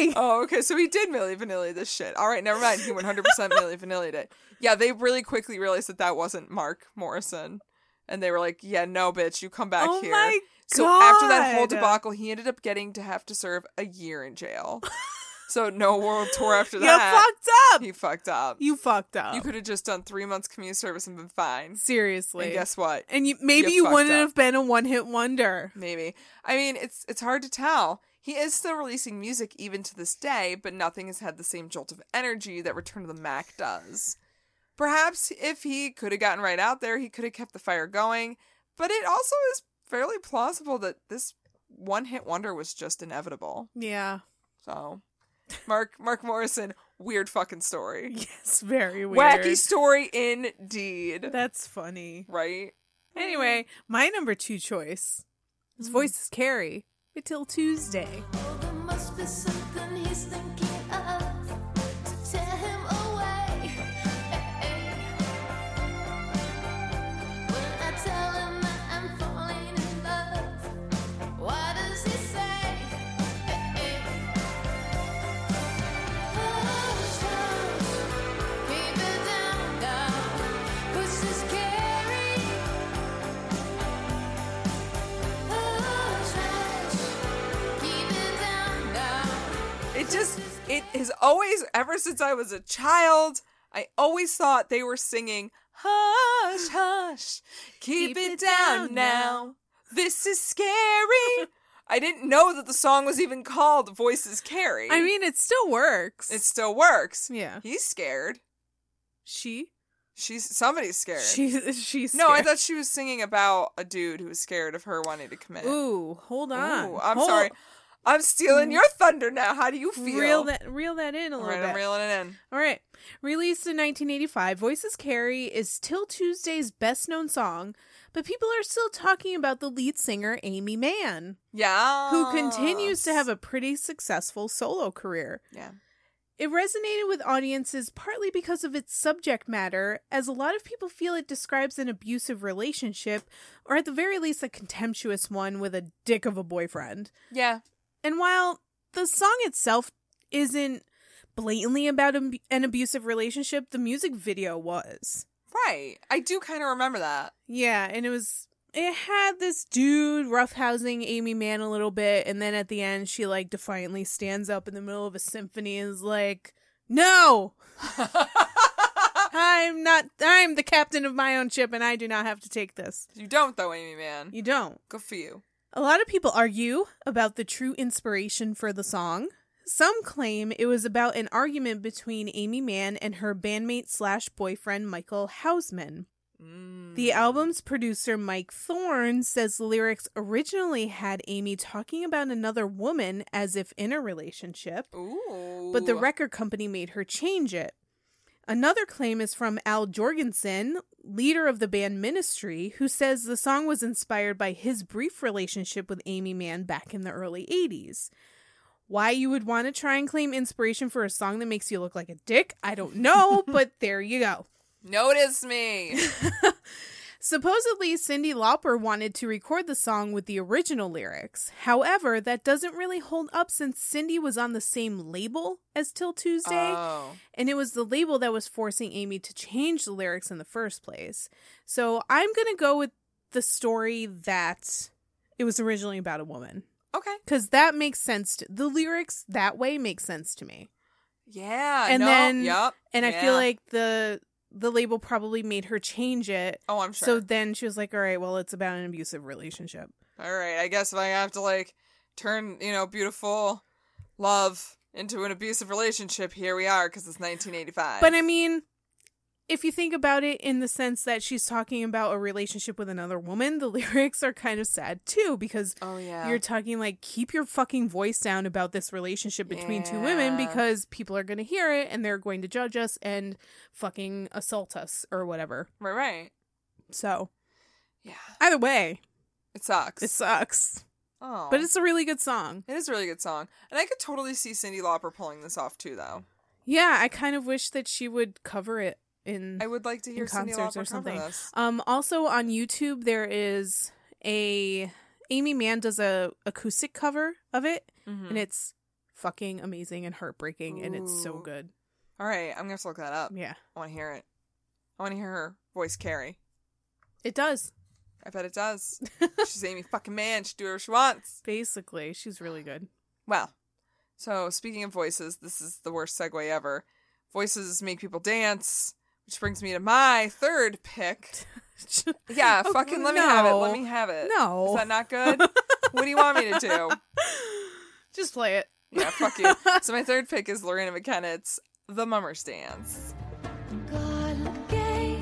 Speaker 1: Vanilli.
Speaker 2: Oh, okay. So he did Millie Vanilli this shit. All right, never mind. He 100% Millie Vanilli'd it. Yeah, they really quickly realized that that wasn't Mark Morrison. And they were like, yeah, no, bitch, you come back
Speaker 1: Oh
Speaker 2: here.
Speaker 1: my
Speaker 2: So after that whole
Speaker 1: God.
Speaker 2: debacle, he ended up getting to have to serve a year in jail. so no world tour after
Speaker 1: You
Speaker 2: that.
Speaker 1: fucked up.
Speaker 2: He fucked up. You,
Speaker 1: You fucked up.
Speaker 2: could have just done three months community service and been fine.
Speaker 1: Seriously.
Speaker 2: And guess what?
Speaker 1: And you, maybe
Speaker 2: You
Speaker 1: you,
Speaker 2: fucked
Speaker 1: wouldn't
Speaker 2: up.
Speaker 1: have been a one-hit wonder.
Speaker 2: Maybe. I mean, it's it's hard to tell. He is still releasing music even to this day, but nothing has had the same jolt of energy that Return to the Mac does. Perhaps if he could have gotten right out there, he could have kept the fire going, but it also is fairly plausible that this one-hit wonder was just inevitable.
Speaker 1: Yeah.
Speaker 2: So, Mark Mark Morrison, weird fucking story.
Speaker 1: Yes, very weird.
Speaker 2: Wacky story indeed.
Speaker 1: That's funny.
Speaker 2: right?
Speaker 1: Anyway, my number two choice. His
Speaker 2: Mm.
Speaker 1: voice is Carrie. Until Tuesday.
Speaker 3: Oh, there must be something he's thinking of to tear him away. When I tell him that I'm falling in love, what does he say? keep it down, down. Push this carry. keep it down, down.
Speaker 2: It just it has always ever since I was a child, I always thought they were singing hush hush, keep, it, down, now. This is scary. I didn't know that the song was even called Voices Carry.
Speaker 1: I mean, it still works.
Speaker 2: it still works.
Speaker 1: Yeah.
Speaker 2: He's scared.
Speaker 1: she.
Speaker 2: She's somebody's scared.
Speaker 1: She's she's
Speaker 2: no, I
Speaker 1: scared.
Speaker 2: thought she was singing about a dude who was scared of her wanting to commit.
Speaker 1: Ooh, hold on.
Speaker 2: Ooh, I'm
Speaker 1: Hold- Mm.
Speaker 2: sorry. I'm stealing your thunder now. How do you feel?
Speaker 1: Reel that reel that in a
Speaker 2: All
Speaker 1: little
Speaker 2: right,
Speaker 1: bit.
Speaker 2: I'm reeling it in.
Speaker 1: All right. Released in 1985, Voices Carry is till Tuesday's best known song, but people are still talking about the lead singer, Amy Mann,
Speaker 2: Yeah.
Speaker 1: who continues to have a pretty successful solo career.
Speaker 2: Yeah.
Speaker 1: It resonated with audiences partly because of its subject matter, as a lot of people feel it describes an abusive relationship, or at the very least, a contemptuous one with a dick of a boyfriend.
Speaker 2: Yeah.
Speaker 1: And while the song itself isn't blatantly about ab- an abusive relationship, the music video was.
Speaker 2: Right. I do kind of remember that.
Speaker 1: Yeah, and it was it had this dude roughhousing Amy Mann a little bit, and then at the end she like defiantly stands up in the middle of a symphony and is like, "No, I'm not. I'm the captain of my own ship, and I do not have to take this."
Speaker 2: you don't though, Amy man.
Speaker 1: You don't.
Speaker 2: Good for you.
Speaker 1: A lot of people argue about the true inspiration for the song. Some claim it was about an argument between Amy Mann and her bandmate slash boyfriend Michael Hausman.
Speaker 2: Mm.
Speaker 1: The album's producer Mike Thorne says the lyrics originally had Amy talking about another woman as if in a relationship,
Speaker 2: Ooh.
Speaker 1: but the record company made her change it. Another claim is from Al Jorgensen, leader of the band Ministry, who says the song was inspired by his brief relationship with Amy Mann back in the early 80s. Why you would want to try and claim inspiration for a song that makes you look like a dick, I don't know, but there you go.
Speaker 2: notice me.
Speaker 1: Supposedly, Cindy Lauper wanted to record the song with the original lyrics. However, that doesn't really hold up since Cindy was on the same label as Till Tuesday,
Speaker 2: Oh.
Speaker 1: and it was the label that was forcing Amy to change the lyrics in the first place. So I'm going to go with the story that it was originally about a woman.
Speaker 2: Okay.
Speaker 1: Because that makes sense. To, the lyrics that way make sense to me.
Speaker 2: Yeah.
Speaker 1: And
Speaker 2: no,
Speaker 1: then-
Speaker 2: Yep.
Speaker 1: And I
Speaker 2: yeah.
Speaker 1: feel like the the label probably made her change it
Speaker 2: Oh, I'm sure.
Speaker 1: so then she was like, all right, well, it's about an abusive relationship.
Speaker 2: All right, I guess if I have to like turn, you know, beautiful love into an abusive relationship, here we are because it's 1985.
Speaker 1: But I mean, if you think about it in the sense that she's talking about a relationship with another woman, the lyrics are kind of sad too because
Speaker 2: oh yeah,
Speaker 1: you're talking like, keep your fucking voice down about this relationship between two women
Speaker 2: Yeah.
Speaker 1: because people are going to hear it and they're going to judge us and fucking assault us or whatever.
Speaker 2: right, right.
Speaker 1: So
Speaker 2: Yeah,
Speaker 1: either way,
Speaker 2: it sucks.
Speaker 1: it sucks.
Speaker 2: oh,
Speaker 1: But it's a really good song.
Speaker 2: it is a really good song, and I could totally see Cindy Lauper pulling this off too, though.
Speaker 1: Yeah, I kind of wish that she would cover it in
Speaker 2: I would like to hear
Speaker 1: Mm. in
Speaker 2: Cindy
Speaker 1: concerts
Speaker 2: Lauper
Speaker 1: or something.
Speaker 2: cover this.
Speaker 1: Um, also on YouTube, there is a Amy Mann does a acoustic cover of it,
Speaker 2: Mm-hmm.
Speaker 1: and it's fucking amazing and heartbreaking, and it's so
Speaker 2: Ooh.
Speaker 1: good.
Speaker 2: All right, I'm gonna have to look that up.
Speaker 1: Yeah,
Speaker 2: I want to hear it. I want to hear her voice carry.
Speaker 1: it does.
Speaker 2: I bet it does. She's Amy fucking man. She do whatever she wants.
Speaker 1: Basically, she's really good.
Speaker 2: Well, so speaking of voices, this is the worst segue ever. Voices make people dance, which brings me to my third pick. Yeah,
Speaker 1: Oh,
Speaker 2: fucking let me have it. Let
Speaker 1: no.
Speaker 2: me have it.
Speaker 1: No.
Speaker 2: Is that not good? what do you want me to do?
Speaker 1: Just play it.
Speaker 2: Yeah, fuck you. So my third pick is Lorena McKennett's The Mummer's Dance.
Speaker 3: God gave,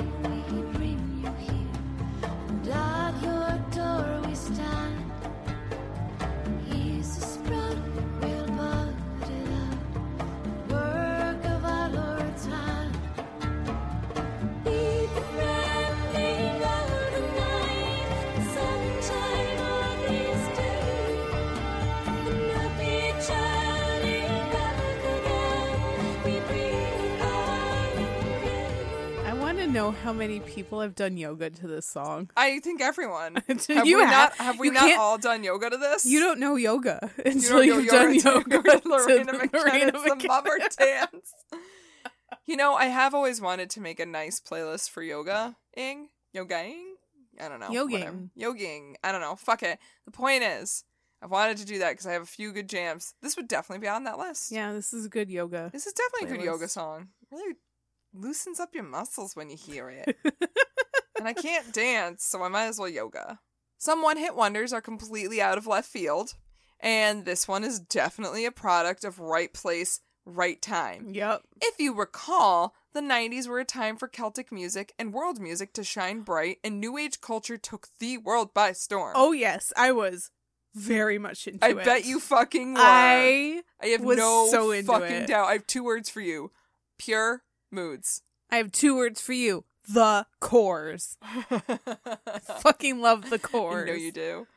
Speaker 3: we bring you here. And at your door we stand. He's a sprout, we'll bud it up. Work of our Lord's hand. Be the branding of the night, sunshine of this day. And happy journey back again. We bring God again.
Speaker 1: I want to know how many people have done yoga to this song.
Speaker 2: I think everyone. have
Speaker 1: You
Speaker 2: we
Speaker 1: have-
Speaker 2: not have we
Speaker 1: you
Speaker 2: not
Speaker 1: can't-
Speaker 2: all done yoga to this?
Speaker 1: You don't know yoga until
Speaker 2: don't
Speaker 1: you
Speaker 2: know
Speaker 1: have done
Speaker 2: yoga
Speaker 1: yoga.
Speaker 2: to
Speaker 1: to
Speaker 2: Lorena
Speaker 1: the
Speaker 2: McKennett's The
Speaker 1: McKenna.
Speaker 2: Mummer Dance. You know, I have always wanted to make a nice playlist for yoga ing. Yogaing? I don't know. whatever.
Speaker 1: Yoging.
Speaker 2: Yoging. I don't know. Fuck it. The point is, I've wanted to do that because I have a few good jams. This would definitely be on that list.
Speaker 1: Yeah, this is good yoga.
Speaker 2: This is definitely a good yoga
Speaker 1: Playlist.
Speaker 2: song. Really loosens up your muscles when you hear it. and I can't dance, so I might as well yoga. Some one hit wonders are completely out of left field. And this one is definitely a product of right place, right time.
Speaker 1: Yep.
Speaker 2: If you recall, the 90s were a time for Celtic music and world music to shine bright, and New Age culture took the world by storm.
Speaker 1: Oh yes, I was very much into
Speaker 2: I
Speaker 1: it.
Speaker 2: bet you fucking were.
Speaker 1: I
Speaker 2: I have
Speaker 1: was
Speaker 2: no
Speaker 1: so into
Speaker 2: fucking
Speaker 1: it.
Speaker 2: doubt. I have two words for you pure moods.
Speaker 1: I have two words for you. The cores. Fucking love the
Speaker 2: I
Speaker 1: cores.
Speaker 2: know you do.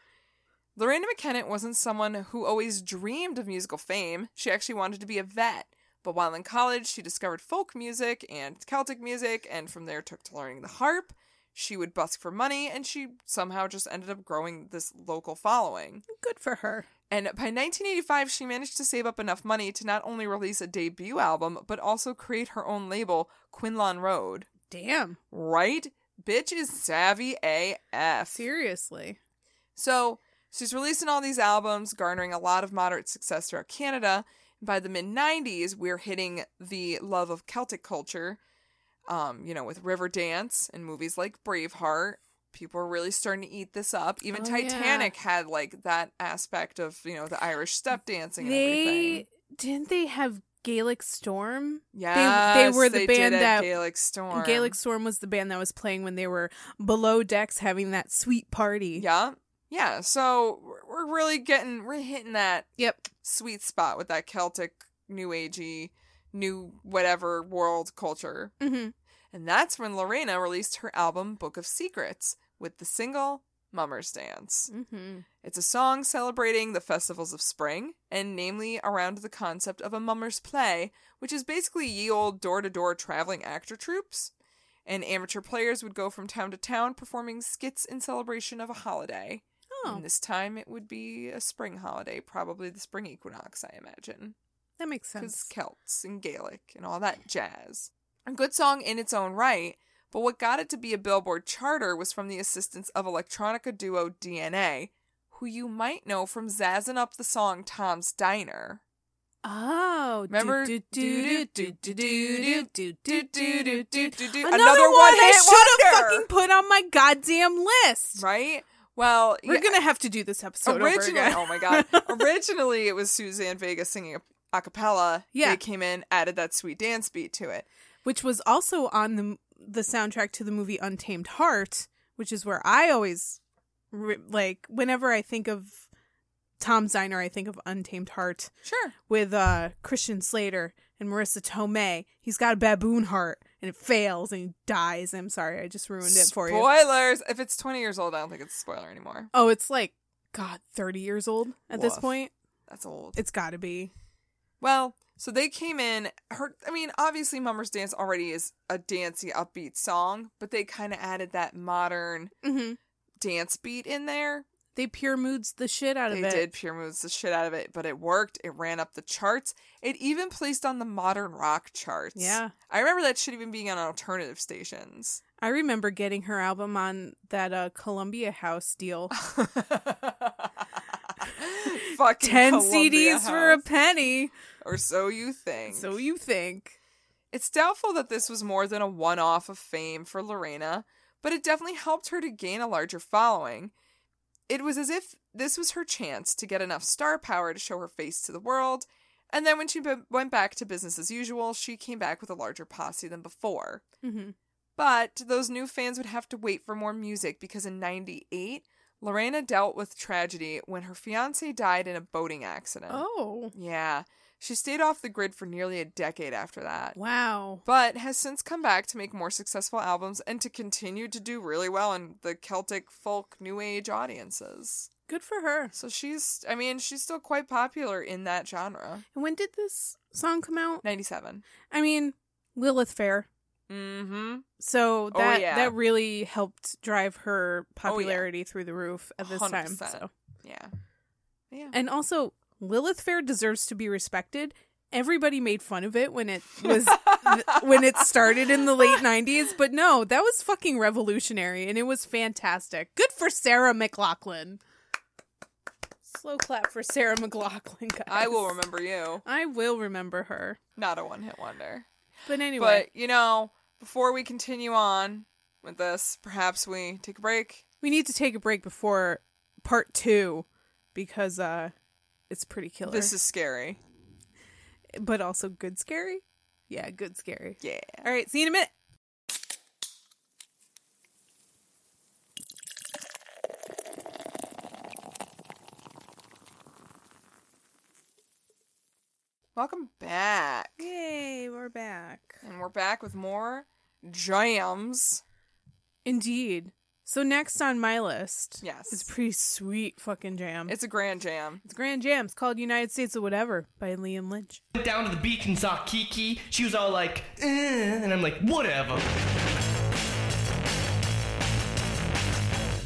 Speaker 2: Lorena McKennett wasn't someone who always dreamed of musical fame. She actually wanted to be a vet. But while in college, she discovered folk music and Celtic music, and from there took to learning the harp. She would busk for money, and she somehow just ended up growing this local following.
Speaker 1: Good for her.
Speaker 2: And by 1985, she managed to save up enough money to not only release a debut album, but also create her own label, Quinlan Road.
Speaker 1: Damn.
Speaker 2: Right? Bitch is savvy AF.
Speaker 1: Seriously.
Speaker 2: So she's releasing all these albums, garnering a lot of moderate success throughout Canada. By the mid 90s, we're hitting the love of Celtic culture, um, you know, with River Dance and movies like Braveheart. People are really starting to eat this up. Even
Speaker 1: Oh, yeah.
Speaker 2: Titanic had like that aspect of, you know, the Irish step dancing and everything.
Speaker 1: They didn't they have Gaelic Storm?
Speaker 2: Yeah,
Speaker 1: they were the band that-
Speaker 2: Gaelic Storm.
Speaker 1: And Gaelic Storm was the band that was playing when they were below decks having that sweet party.
Speaker 2: Yeah. Yeah. So we're- we're really getting, we're hitting that
Speaker 1: Yep.
Speaker 2: sweet spot with that Celtic, new agey, new whatever world culture.
Speaker 1: Mm-hmm.
Speaker 2: And that's when Lorena released her album Book of Secrets with the single Mummer's Dance.
Speaker 1: Mm-hmm.
Speaker 2: It's a song celebrating the festivals of spring, and namely around the concept of a mummer's play, which is basically ye old door to door traveling actor troupes. And amateur players would go from town to town performing skits in celebration of a holiday.
Speaker 1: Oh,
Speaker 2: And this time it would be a spring holiday, probably the spring equinox, I imagine
Speaker 1: that makes
Speaker 2: because
Speaker 1: sense.
Speaker 2: Celts and Gaelic and all that jazz. A good song in its own right, but what got it to be a Billboard charter was from the assistance of electronica duo DNA, who you might know from zazzing up the song Tom's Diner.
Speaker 1: Oh,
Speaker 2: Remember?
Speaker 1: do do do do do do do do do do do do. Another,
Speaker 2: Another
Speaker 1: one
Speaker 2: one-hit
Speaker 1: I should have
Speaker 2: wonder!
Speaker 1: fucking put on my goddamn list.
Speaker 2: Right? Well,
Speaker 1: We're
Speaker 2: yeah,
Speaker 1: gonna have to do this episode over
Speaker 2: originally,
Speaker 1: again.
Speaker 2: oh my god, originally it was Suzanne Vega singing a, a cappella.
Speaker 1: Yeah.
Speaker 2: they came in, added that sweet dance beat to it.
Speaker 1: which was also on the the soundtrack to the movie Untamed Heart, which is where I always re- like whenever I think of Tom's Diner, I think of Untamed Heart
Speaker 2: Sure,
Speaker 1: with uh Christian Slater and Marissa Tomei. He's got a baboon heart and it fails and he dies. I'm sorry, I just ruined it for you.
Speaker 2: Spoilers. If it's twenty years old, I don't think it's a spoiler anymore.
Speaker 1: Oh, it's like God, thirty years old at this
Speaker 2: Woof.
Speaker 1: point.
Speaker 2: That's old.
Speaker 1: It's got to be.
Speaker 2: Well, so they came in. Her, I mean, obviously, Mummer's Dance already is a dancey, upbeat song, but they kind of added that modern
Speaker 1: Mm-hmm.
Speaker 2: dance beat in there.
Speaker 1: They pure moods the shit out of
Speaker 2: They
Speaker 1: it.
Speaker 2: did pure moves the shit out of it, but it worked. It ran up the charts. It even placed on the modern rock charts.
Speaker 1: Yeah.
Speaker 2: I remember that shit even being on alternative stations.
Speaker 1: I remember getting her album on that uh, Columbia House deal.
Speaker 2: Fucking
Speaker 1: 10
Speaker 2: Columbia
Speaker 1: CDs for a
Speaker 2: House.
Speaker 1: penny.
Speaker 2: or so you think.
Speaker 1: So you think.
Speaker 2: It's doubtful that this was more than a one off of fame for Lorena, but it definitely helped her to gain a larger following. It was as if this was her chance to get enough star power to show her face to the world, and then when she b- went back to business as usual, she came back with a larger posse than before.
Speaker 1: Mm-hmm.
Speaker 2: But those new fans would have to wait for more music because in 98, Lorena dealt with tragedy when her fiance died in a boating accident.
Speaker 1: Oh,
Speaker 2: Yeah. She stayed off the grid for nearly a decade after that
Speaker 1: wow.
Speaker 2: but has since come back to make more successful albums and to continue to do really well in the Celtic folk new age audiences.
Speaker 1: Good for her.
Speaker 2: So she's I mean, she's still quite popular in that genre.
Speaker 1: And when did this song come out?
Speaker 2: 97.
Speaker 1: I mean, Lilith Fair.
Speaker 2: Mhm.
Speaker 1: So
Speaker 2: Oh,
Speaker 1: that
Speaker 2: yeah.
Speaker 1: that really helped drive her popularity through the roof at this time.
Speaker 2: 100%.
Speaker 1: So.
Speaker 2: Yeah. Yeah.
Speaker 1: And also, Lilith Fair deserves to be respected. Everybody made fun of it when it was th- when it started in the late 90s, but no, that was fucking revolutionary and it was fantastic. Good for Sarah McLaughlin. Slow clap for Sarah McLaughlin, guys.
Speaker 2: I will remember you.
Speaker 1: I will remember her.
Speaker 2: Not a one-hit wonder.
Speaker 1: But anyway,
Speaker 2: But, you know, before we continue on with this, perhaps we take a break.
Speaker 1: we need to take a break before part 2 because uh It's pretty killer.
Speaker 2: This is scary.
Speaker 1: but also good scary. Yeah, good scary.
Speaker 2: Yeah.
Speaker 1: All right, see you in a minute.
Speaker 2: Welcome back.
Speaker 1: Yay, we're back.
Speaker 2: And we're back with more jams.
Speaker 1: Indeed. So next on my list,
Speaker 2: Yes.
Speaker 1: it's a pretty sweet fucking jam. It's,
Speaker 2: It's a grand jam.
Speaker 1: Grand Jams called "United States of Whatever" by Liam Lynch.
Speaker 4: went down to the beach and saw Kiki. She was all like, eh, and I'm like, whatever.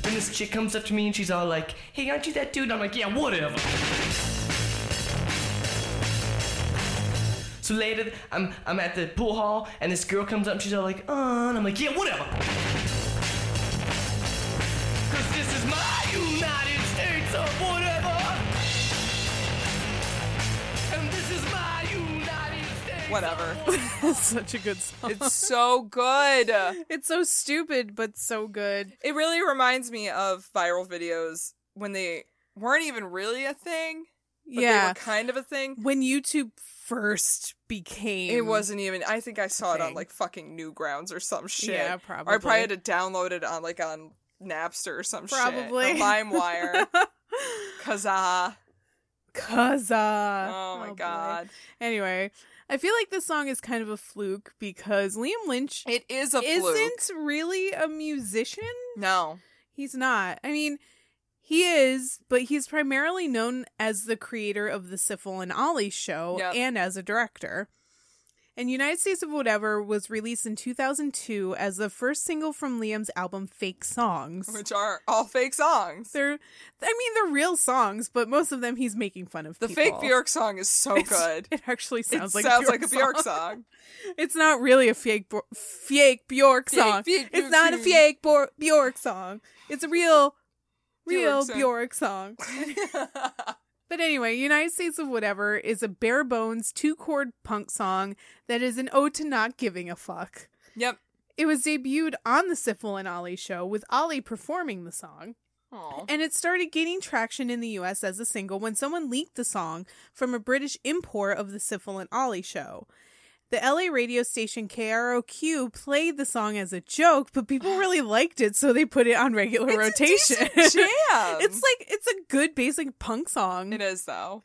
Speaker 4: Then this chick comes up to me and she's all like, hey, aren't you that dude? I'm like, yeah, whatever. So later, I'm, I'm at the pool hall and this girl comes up and she's all like, uh, and I'm like, yeah, whatever. Cause this is my United States of whatever. And this is my United States.
Speaker 2: Whatever.
Speaker 1: That's such a good song.
Speaker 2: It's so good.
Speaker 1: It's so stupid, but so good.
Speaker 2: It really reminds me of viral videos when they weren't even really a thing, but they
Speaker 1: yeah,
Speaker 2: were kind of a thing.
Speaker 1: when YouTube first became,
Speaker 2: It wasn't even. I think I saw it on
Speaker 1: thing.
Speaker 2: like fucking Newgrounds or some shit.
Speaker 1: Yeah,
Speaker 2: Or I
Speaker 1: probably.
Speaker 2: probably had to download it on like on Napster or some
Speaker 1: Probably.
Speaker 2: shit. Or LimeWire. Kazaa.
Speaker 1: Cause uh,
Speaker 2: Oh my
Speaker 1: boy.
Speaker 2: god.
Speaker 1: Anyway, I feel like this song is kind of a fluke because Liam Lynch
Speaker 2: It is a
Speaker 1: isn't
Speaker 2: fluke.
Speaker 1: really a musician.
Speaker 2: No.
Speaker 1: He's not. I mean, he is, but he's primarily known as the creator of the Syphil and Ollie show
Speaker 2: Yep.
Speaker 1: and as a director. And United States of Whatever was released in 2002 as the first single from Liam's album Fake Songs.
Speaker 2: Which are all fake songs.
Speaker 1: they're, I mean, they're real songs, but most of them he's making fun of.
Speaker 2: the
Speaker 1: people.
Speaker 2: fake Bjork song is so
Speaker 1: It's-
Speaker 2: good.
Speaker 1: It actually sounds
Speaker 2: it
Speaker 1: like
Speaker 2: sounds
Speaker 1: a Bjork
Speaker 2: like a Bjork
Speaker 1: song.
Speaker 2: song.
Speaker 1: It's not really a fake Bo- fake Bjork
Speaker 2: Fake,
Speaker 1: song.
Speaker 2: fake
Speaker 1: it's
Speaker 2: Bjork
Speaker 1: not a
Speaker 2: song.
Speaker 1: fake Bo- Bjork song. It's a real, real
Speaker 2: Bjork song.
Speaker 1: Bjork song. But anyway, United States of Whatever is a bare bones two chord punk song that is an ode to not giving a fuck.
Speaker 2: yep.
Speaker 1: It was debuted on the Syphil and Ollie show with Ollie performing the song.
Speaker 2: Aw.
Speaker 1: And it started gaining traction in the US as a single when someone leaked the song from a British import of the Syphil and Ollie show. The LA radio station KROQ played the song as a joke, but people really liked it, so they put it on regular
Speaker 2: It's a
Speaker 1: rotation.
Speaker 2: decent jam.
Speaker 1: it's like it's a good basic punk song.
Speaker 2: It is though.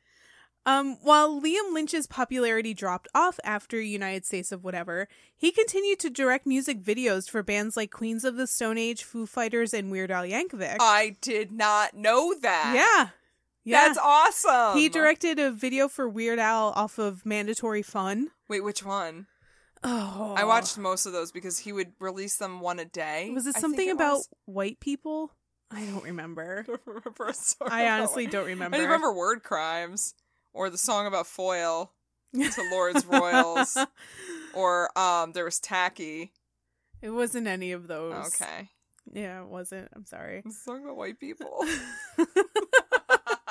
Speaker 1: Um, while Liam Lynch's popularity dropped off after United States of Whatever, he continued to direct music videos for bands like Queens of the Stone Age, Foo Fighters, and Weird Al Yankovic.
Speaker 2: I did not know that.
Speaker 1: yeah. Yeah.
Speaker 2: That's awesome.
Speaker 1: He directed a video for Weird Al off of Mandatory Fun.
Speaker 2: Wait, which one?
Speaker 1: Oh.
Speaker 2: I watched most of those because he would release them one a day.
Speaker 1: Was
Speaker 2: I
Speaker 1: it
Speaker 2: think
Speaker 1: something about
Speaker 2: was.
Speaker 1: white people? I don't remember.
Speaker 2: I don't remember a song
Speaker 1: I
Speaker 2: about
Speaker 1: honestly
Speaker 2: one.
Speaker 1: don't remember.
Speaker 2: I didn't remember word crimes or the song about foil to Lord's Royals or um there was tacky.
Speaker 1: It wasn't any of those.
Speaker 2: Okay.
Speaker 1: Yeah, it wasn't. I'm sorry.
Speaker 2: It's a song about white people.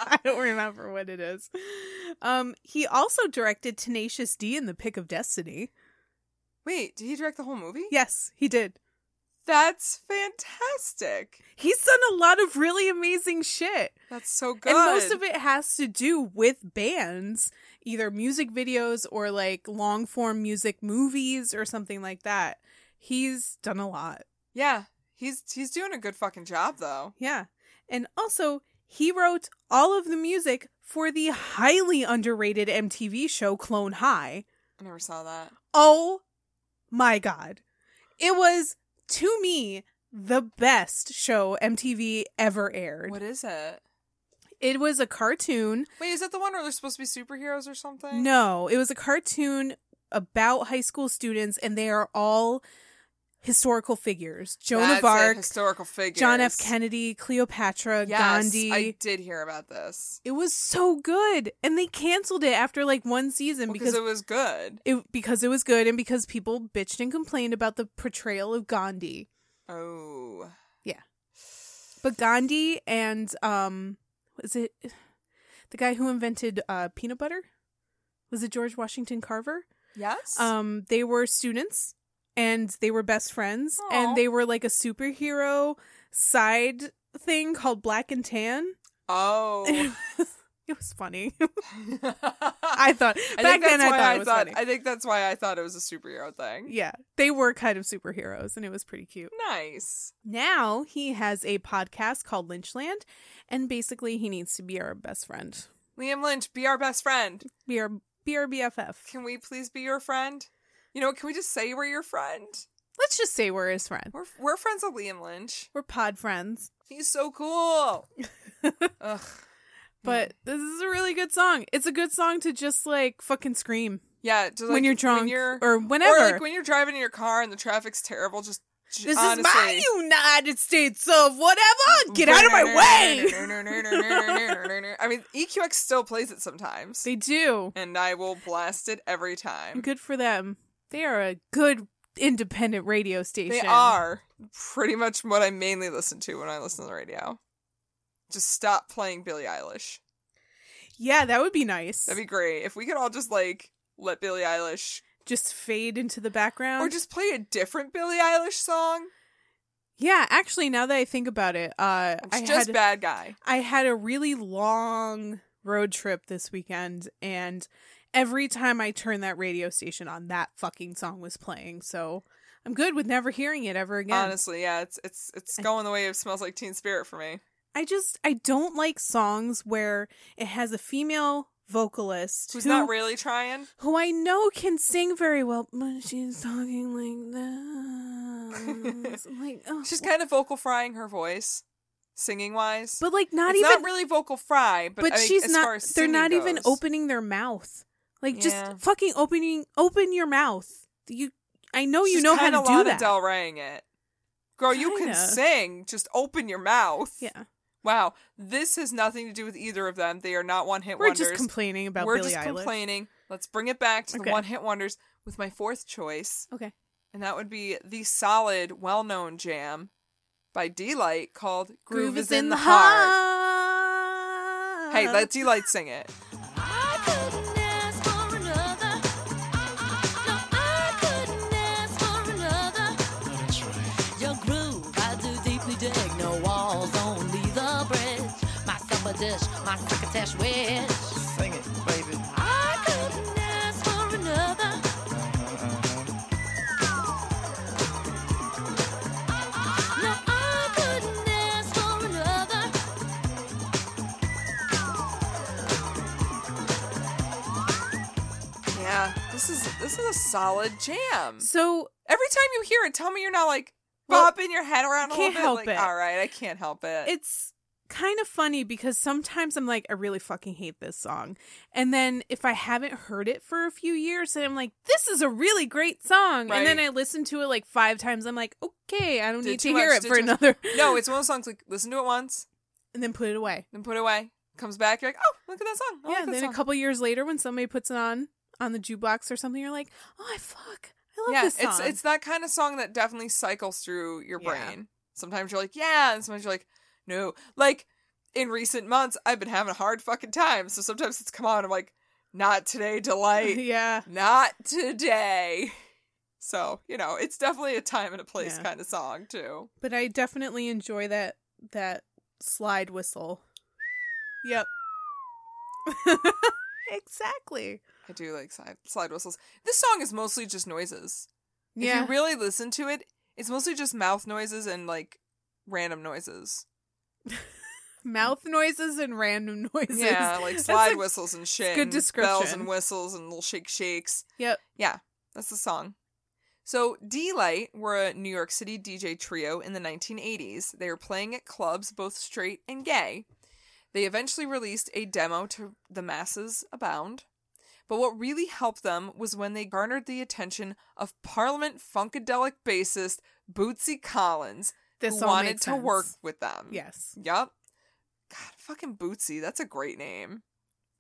Speaker 1: I don't remember what it is. Um, he also directed Tenacious D in The Pick of Destiny.
Speaker 2: Wait, did he direct the whole movie?
Speaker 1: Yes, he did.
Speaker 2: That's fantastic.
Speaker 1: He's done a lot of really amazing shit.
Speaker 2: That's so good.
Speaker 1: And most of it has to do with bands, either music videos or like long form music movies or something like that. He's done a lot.
Speaker 2: Yeah. He's he's doing a good fucking job though.
Speaker 1: Yeah. And also, he wrote all of the music for the highly underrated MTV show Clone High.
Speaker 2: I never saw that.
Speaker 1: Oh my God. It was, to me, the best show MTV ever aired.
Speaker 2: What is it?
Speaker 1: It was a cartoon
Speaker 2: Wait, is that the one where they're supposed to be superheroes or something?
Speaker 1: No, it was a cartoon about high school students, and they are all historical figures: Joan
Speaker 2: That's
Speaker 1: of
Speaker 2: it,
Speaker 1: Arc,
Speaker 2: historical figures.
Speaker 1: John F. Kennedy, Cleopatra,
Speaker 2: Yes,
Speaker 1: Gandhi.
Speaker 2: I did hear about this
Speaker 1: It was so good, and they canceled it after like one season
Speaker 2: Well,
Speaker 1: because
Speaker 2: it was good.
Speaker 1: it because it was good, and because people bitched and complained about the portrayal of Gandhi.
Speaker 2: Oh,
Speaker 1: But Gandhi and um, was it the guy who invented uh, peanut butter? Was it George Washington Carver?
Speaker 2: yes.
Speaker 1: Um, they were students and they were best friends
Speaker 2: Aw.
Speaker 1: and they were like a superhero side thing called Black and Tan.
Speaker 2: oh,
Speaker 1: It It was funny. I thought
Speaker 2: I
Speaker 1: back
Speaker 2: think that's
Speaker 1: then. I
Speaker 2: why
Speaker 1: thought it was
Speaker 2: thought
Speaker 1: funny.
Speaker 2: I think that's why I thought it was a superhero thing.
Speaker 1: yeah, they were kind of superheroes, and it was pretty cute.
Speaker 2: Nice.
Speaker 1: Now he has a podcast called Lynchland, and basically he needs to be our best friend,
Speaker 2: Liam Lynch, be our best friend.
Speaker 1: be our be our BFF.
Speaker 2: Can we please be your friend? You know, what, can we just say we're your friend?
Speaker 1: Let's just say we're his friend.
Speaker 2: We're we're friends with Liam Lynch.
Speaker 1: We're pod friends.
Speaker 2: He's so cool. Ugh.
Speaker 1: But this is a really good song. It's a good song to just like fucking scream
Speaker 2: Yeah, just
Speaker 1: when
Speaker 2: like,
Speaker 1: you're drunk
Speaker 2: you're-
Speaker 1: or whenever.
Speaker 2: like when you're driving in your car and the traffic's terrible, just j-
Speaker 1: this
Speaker 2: honestly,
Speaker 1: is my United States of whatever. Get out of my way.
Speaker 2: I mean, EQX still plays it sometimes,
Speaker 1: they do.
Speaker 2: and I will blast it every time.
Speaker 1: Good for them. They are a good independent radio station.
Speaker 2: They are pretty much what I mainly listen to when I listen to the radio. Just stop playing Billie Eilish.
Speaker 1: Yeah, that would be nice.
Speaker 2: That'd be great if we could all just like let Billie Eilish,
Speaker 1: just fade into the background.
Speaker 2: or just play a different Billie Eilish song.
Speaker 1: Yeah, actually, now that I think about it, uh,
Speaker 2: It's
Speaker 1: I
Speaker 2: just
Speaker 1: had
Speaker 2: bad guy.
Speaker 1: I had a really long road trip this weekend, and every time I turned that radio station on, that fucking song was playing. So I'm good with never hearing it ever again.
Speaker 2: Honestly, yeah, it's it's it's going the way of smells like Teen Spirit for me.
Speaker 1: I just I don't like songs where it has a female vocalist
Speaker 2: Who's
Speaker 1: who,
Speaker 2: not really trying?
Speaker 1: who I know can sing very well, but she's talking like this. I'm like, oh,
Speaker 2: She's kind of vocal frying her voice, singing wise.
Speaker 1: but like not
Speaker 2: it's
Speaker 1: even
Speaker 2: not really vocal fry, but,
Speaker 1: but
Speaker 2: I mean,
Speaker 1: she's
Speaker 2: as
Speaker 1: not
Speaker 2: Far as
Speaker 1: they're
Speaker 2: singing
Speaker 1: not even
Speaker 2: goes.
Speaker 1: opening their mouth like
Speaker 2: Yeah.
Speaker 1: just fucking opening open your mouth you i know you
Speaker 2: She's
Speaker 1: know how
Speaker 2: kinda
Speaker 1: to do
Speaker 2: Lana
Speaker 1: that
Speaker 2: Del Reying it, girl. You can
Speaker 1: Kinda.
Speaker 2: sing. Just open your mouth.
Speaker 1: yeah
Speaker 2: Wow. This has nothing to do with either of them. They are not one hit
Speaker 1: we're
Speaker 2: wonders.
Speaker 1: just complaining about
Speaker 2: We're
Speaker 1: billie
Speaker 2: just
Speaker 1: eilish
Speaker 2: complaining. Let's bring it back to
Speaker 1: Okay.
Speaker 2: the one hit wonders with my fourth choice,
Speaker 1: okay
Speaker 2: and that would be the solid, well known jam by D Light called Groove, is, in the Heart.
Speaker 1: heart
Speaker 2: Hey, let D Light sing it.
Speaker 3: I couldn't ask for another. No, I couldn't ask for another.
Speaker 4: Oh,
Speaker 3: Your groove, I do deeply dig. No walls, only the bridge. My supper dish, my crocketesh wish.
Speaker 4: Sing it, baby.
Speaker 3: I couldn't ask for another. No, I couldn't ask for another.
Speaker 2: Yeah, this is this is a solid jam.
Speaker 1: so
Speaker 2: Every time you hear it, tell me you're not like
Speaker 1: Well,
Speaker 2: bopping your head around a
Speaker 1: can't
Speaker 2: little
Speaker 1: help
Speaker 2: bit. like,
Speaker 1: it.
Speaker 2: all right, I can't help it.
Speaker 1: it's kind of funny because sometimes i'm like i really fucking hate this song and then if i haven't heard it for a few years then i'm like this is a really great song and then
Speaker 2: Right.
Speaker 1: i listen to it like five times i'm like okay i don't
Speaker 2: Did
Speaker 1: need to
Speaker 2: too
Speaker 1: hear
Speaker 2: much,
Speaker 1: it
Speaker 2: did
Speaker 1: for
Speaker 2: too much.
Speaker 1: another
Speaker 2: no, it's one of those songs like listen to it once,
Speaker 1: and then put it away.
Speaker 2: then put it away, comes back, you're like, oh, look at that song. I
Speaker 1: yeah,
Speaker 2: like that
Speaker 1: then
Speaker 2: song.
Speaker 1: a couple years later, when somebody puts it on on the jukebox or something, you're like, oh, I fuck, I love
Speaker 2: yeah,
Speaker 1: this song.
Speaker 2: it's it's that kind of song that definitely cycles through your
Speaker 1: Yeah.
Speaker 2: brain. Sometimes you're like, yeah, and sometimes you're like, no. Like in recent months, I've been having a hard fucking time, so sometimes it's come on, I'm like, not today, delight.
Speaker 1: yeah,
Speaker 2: not today. So, you know, it's definitely a time and a place
Speaker 1: Yeah.
Speaker 2: kind of song, too.
Speaker 1: but I definitely enjoy that that slide whistle. yep. exactly.
Speaker 2: I do like slide, slide whistles. This song is mostly just noises. If
Speaker 1: Yeah.
Speaker 2: you really listen to it, it's mostly just mouth noises and like random noises.
Speaker 1: Mouth noises and random noises.
Speaker 2: Yeah, like
Speaker 1: That's
Speaker 2: slide
Speaker 1: a-
Speaker 2: whistles and shit.
Speaker 1: it's good
Speaker 2: and Bells
Speaker 1: description.
Speaker 2: and whistles and little shake shakes.
Speaker 1: Yep.
Speaker 2: Yeah, that's the song. So, D Light were a New York City DJ trio in the 1980s. They were playing at clubs both straight and gay. They eventually released a demo to the masses abound. But what really helped them was when they garnered the attention of Parliament Funkadelic bassist Bootsy Collins,
Speaker 1: This
Speaker 2: who
Speaker 1: all
Speaker 2: wanted
Speaker 1: makes
Speaker 2: to work
Speaker 1: sense.
Speaker 2: with them.
Speaker 1: Yes,
Speaker 2: Yup. God, fucking Bootsy. That's a great name.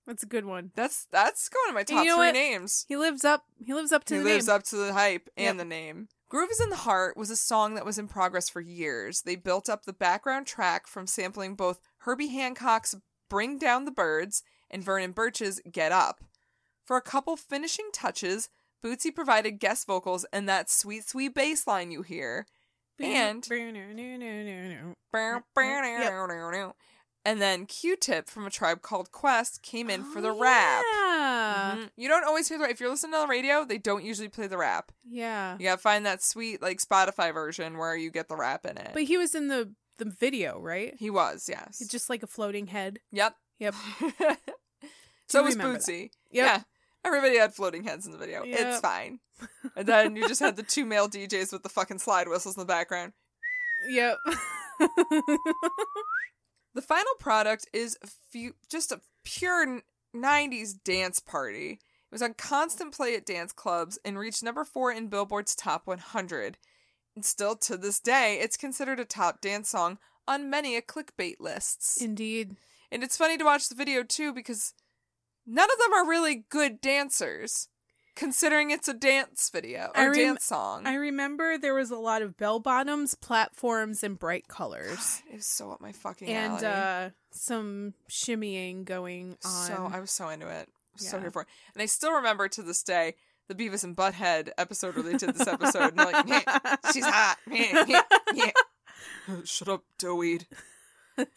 Speaker 1: that's a good one.
Speaker 2: That's that's going to my top
Speaker 1: you know
Speaker 2: three
Speaker 1: what?
Speaker 2: names.
Speaker 1: He lives up. He lives up to
Speaker 2: He
Speaker 1: the
Speaker 2: lives
Speaker 1: name.
Speaker 2: up to the hype and
Speaker 1: Yep.
Speaker 2: the name. Groove is in the Heart was a song that was in progress for years. They built up the background track from sampling both Herbie Hancock's Bring Down the Birds and Vernon Birch's Get Up. For a couple finishing touches, Bootsy provided guest vocals and that sweet, sweet bass line you hear. and-
Speaker 1: Yep.
Speaker 2: Bow, bow, now, now, now. And then Q Tip from a tribe called Quest came in for the rap.
Speaker 1: Oh, Yeah.
Speaker 2: Mhm. You don't always hear the if you're listening to the radio, they don't usually play the rap.
Speaker 1: Yeah.
Speaker 2: You gotta find that sweet like Spotify version where you get the rap in it.
Speaker 1: But he was in the the video, right?
Speaker 2: he was, yes.
Speaker 1: He's just like a floating head.
Speaker 2: yep.
Speaker 1: Yep.
Speaker 2: so was
Speaker 1: remember that.
Speaker 2: Bootsy.
Speaker 1: Yep.
Speaker 2: Yeah. Everybody had floating heads in the video. It's
Speaker 1: Yep.
Speaker 2: fine. And then you just had the two male DJs with the fucking slide whistles in the background.
Speaker 1: Yep.
Speaker 2: The final product is fu- just a pure n- 90s dance party. It was on constant play at dance clubs and reached number four in Billboard's Top 100. And still to this day, it's considered a top dance song on many a clickbait lists.
Speaker 1: Indeed.
Speaker 2: And it's funny to watch the video too because none of them are really good dancers, considering it's a dance video
Speaker 1: I
Speaker 2: or
Speaker 1: rem-
Speaker 2: dance song.
Speaker 1: I remember there was a lot of bell bottoms, platforms, and bright colors.
Speaker 2: it was so up my fucking
Speaker 1: and
Speaker 2: alley.
Speaker 1: uh some shimmying going on.
Speaker 2: So I was so into it. So
Speaker 1: Yeah.
Speaker 2: here for it. And I still remember to this day the Beavis and Butthead episode where they did this episode. and they're like, "Meh, she's hot. Meh, meh, meh." Shut up, doughweed.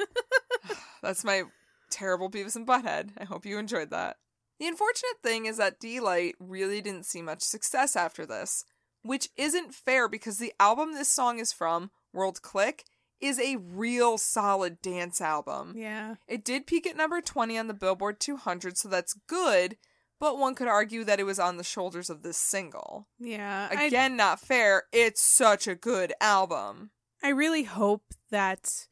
Speaker 2: That's my terrible Beavis and Butthead. I hope you enjoyed that. The unfortunate thing is that D Light really didn't see much success after this, which isn't fair because the album this song is from, World Click, is a real solid dance album.
Speaker 1: yeah.
Speaker 2: It did peak at number 20 on the Billboard 200, so that's good, but one could argue that it was on the shoulders of this single.
Speaker 1: Yeah. I-
Speaker 2: Again, not fair. It's such a good album.
Speaker 1: I really hope that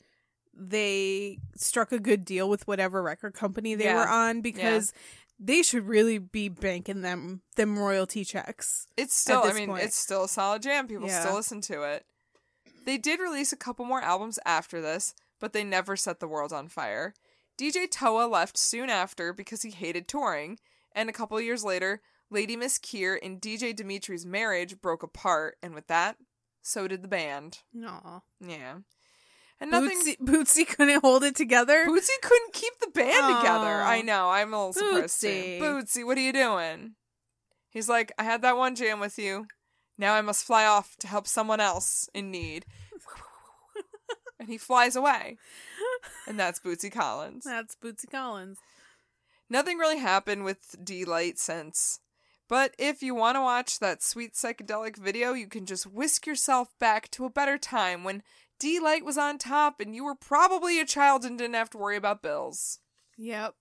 Speaker 1: they struck a good deal with whatever record company they
Speaker 2: Yeah.
Speaker 1: were on because they should really be banking them them royalty checks.
Speaker 2: It's still, I
Speaker 1: this
Speaker 2: mean,
Speaker 1: point.
Speaker 2: it's still a solid jam. People
Speaker 1: Yeah.
Speaker 2: still listen to it. They did release a couple more albums after this, but they never set the world on fire. DJ Toa left soon after because he hated touring, and a couple years later, Lady Miss Keir and DJ Dimitri's marriage broke apart, and with that, so did the band.
Speaker 1: No.
Speaker 2: Yeah. And nothing
Speaker 1: Bootsy, Bootsy couldn't hold it together.
Speaker 2: Bootsy couldn't keep the band together.
Speaker 1: Aw.
Speaker 2: I know. I'm a little surprised.
Speaker 1: Bootsy.
Speaker 2: too. Bootsy, what are you doing? He's like, I had that one jam with you. Now I must fly off to help someone else in need. and he flies away. And that's Bootsy Collins.
Speaker 1: That's Bootsy Collins.
Speaker 2: Nothing really happened with D Light since. But if you want to watch that sweet psychedelic video, you can just whisk yourself back to a better time when D Light was on top and you were probably a child and didn't have to worry about bills.
Speaker 1: Yep.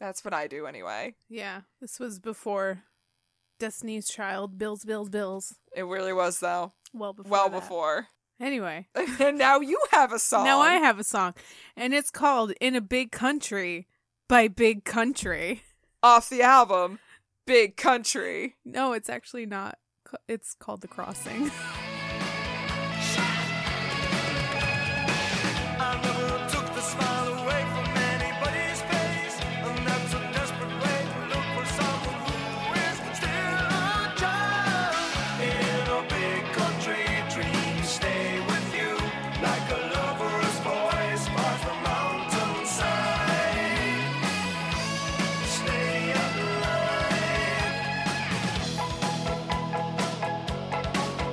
Speaker 2: That's what I do anyway.
Speaker 1: Yeah. This was before Destiny's Child, Bills, Bills, Bills.
Speaker 2: It really was, though.
Speaker 1: Well before.
Speaker 2: well
Speaker 1: that.
Speaker 2: before.
Speaker 1: Anyway.
Speaker 2: and now you have a song.
Speaker 1: Now I have a song, and it's called "In a Big Country" by Big Country.
Speaker 2: Off the album, Big Country.
Speaker 1: No, it's actually not. c- It's called The Crossing.
Speaker 5: I never took the smile away from anybody's face, and that's a desperate way to look for someone who is still a child. In a big country, dreams stay with you like a lover's voice by the mountainside. Stay alive.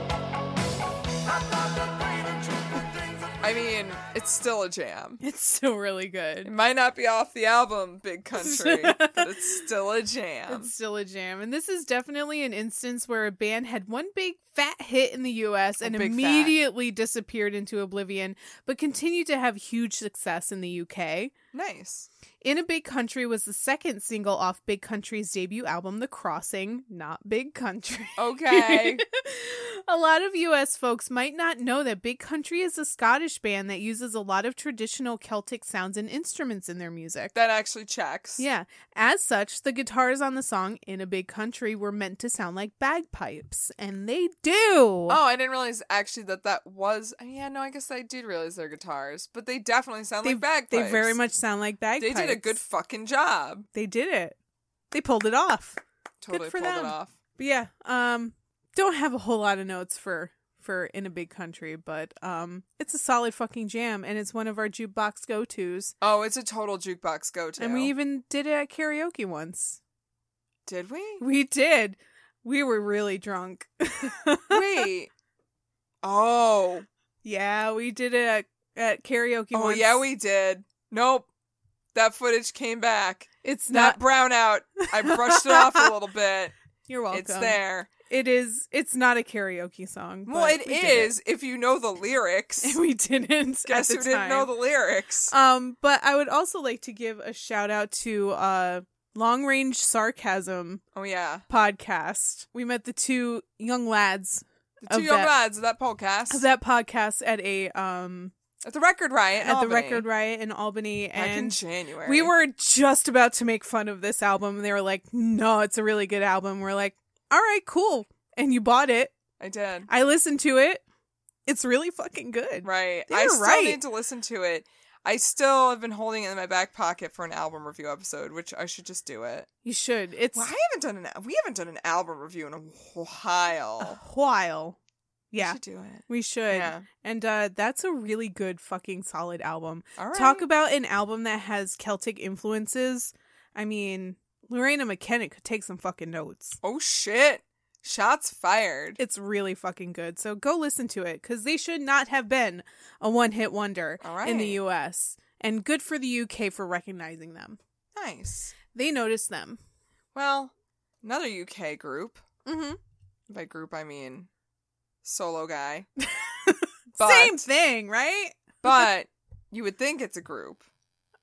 Speaker 5: I thought that pain and truth were things that
Speaker 2: I mean, it's still a jam.
Speaker 1: It's so really
Speaker 2: It
Speaker 1: good.
Speaker 2: might not be off the album, Big Country, but it's still a jam.
Speaker 1: It's still a jam, and this is definitely an instance where a band had one big fat hit in the U.S. and
Speaker 2: big fat.
Speaker 1: immediately disappeared into oblivion, but continued to have huge success in the U.K.
Speaker 2: nice.
Speaker 1: In a Big Country was the second single off Big Country's debut album, The Crossing, not Big Country.
Speaker 2: Okay.
Speaker 1: a lot of US folks might not know that Big Country is a Scottish band that uses a lot of traditional Celtic sounds and instruments in their music.
Speaker 2: that actually checks.
Speaker 1: Yeah. As such, the guitars on the song In a Big Country were meant to sound like bagpipes, and they do.
Speaker 2: Oh, I didn't realize actually that that was. oh, Yeah, no, I guess I did realize they're guitars, but they definitely sound
Speaker 1: they,
Speaker 2: like bagpipes.
Speaker 1: they very much sound like
Speaker 2: They
Speaker 1: bagpipes.
Speaker 2: did a good fucking job.
Speaker 1: They did it. They pulled it off.
Speaker 2: Totally
Speaker 1: for
Speaker 2: pulled
Speaker 1: them.
Speaker 2: it off.
Speaker 1: But yeah, um, don't have a whole lot of notes for for in a big country, but um, it's a solid fucking jam, and it's one of our jukebox go tos.
Speaker 2: Oh, it's a total jukebox go to.
Speaker 1: And we even did it at karaoke once.
Speaker 2: did we?
Speaker 1: We did. We were really drunk.
Speaker 2: Wait. Oh.
Speaker 1: yeah, we did it at, at karaoke.
Speaker 2: Oh
Speaker 1: once.
Speaker 2: yeah, we did. Nope. That footage came back.
Speaker 1: It's
Speaker 2: Not
Speaker 1: not.
Speaker 2: brown out. I brushed it off a little bit.
Speaker 1: You're welcome.
Speaker 2: It's there.
Speaker 1: It is. It's not a karaoke song.
Speaker 2: Well,
Speaker 1: but
Speaker 2: it
Speaker 1: we did
Speaker 2: is if you know the lyrics.
Speaker 1: And we didn't.
Speaker 2: Guess
Speaker 1: at
Speaker 2: who
Speaker 1: the
Speaker 2: didn't know
Speaker 1: time.
Speaker 2: the lyrics?
Speaker 1: Um, but I would also like to give a shout out to uh, Long Range Sarcasm
Speaker 2: oh yeah,
Speaker 1: podcast. We met the two young lads
Speaker 2: the two
Speaker 1: of
Speaker 2: young
Speaker 1: that-
Speaker 2: lads of that podcast
Speaker 1: of that podcast at a um
Speaker 2: at the record riot in
Speaker 1: at the
Speaker 2: Albany.
Speaker 1: record riot in Albany,
Speaker 2: back in
Speaker 1: and
Speaker 2: January.
Speaker 1: we were just about to make fun of this album. And they were like, "No, it's a really good album." We're like, "All right, cool." And you bought it.
Speaker 2: I did.
Speaker 1: I listened to it. It's really fucking good.
Speaker 2: Right.
Speaker 1: They
Speaker 2: I
Speaker 1: were
Speaker 2: still
Speaker 1: right.
Speaker 2: need to listen to it. I still have been holding it in my back pocket for an album review episode, which I should just do it.
Speaker 1: You should. It's
Speaker 2: Well, I haven't done an we haven't done an album review in a
Speaker 1: a
Speaker 2: while.
Speaker 1: while.
Speaker 2: We
Speaker 1: Yeah,
Speaker 2: should do it.
Speaker 1: we should.
Speaker 2: Yeah.
Speaker 1: And uh, that's a really good fucking solid album.
Speaker 2: All right.
Speaker 1: Talk about an album that has Celtic influences. I mean, Lorena McKenna could take some fucking notes.
Speaker 2: Oh shit. Shots fired.
Speaker 1: It's really fucking good. So go listen to it because they should not have been a one hit wonder
Speaker 2: All
Speaker 1: in the
Speaker 2: right.
Speaker 1: US. And good for the UK for recognizing them.
Speaker 2: nice.
Speaker 1: They noticed them.
Speaker 2: Well, another UK group.
Speaker 1: Mm-hmm.
Speaker 2: By group I mean solo guy. but,
Speaker 1: Same thing, right?
Speaker 2: But you would think it's a group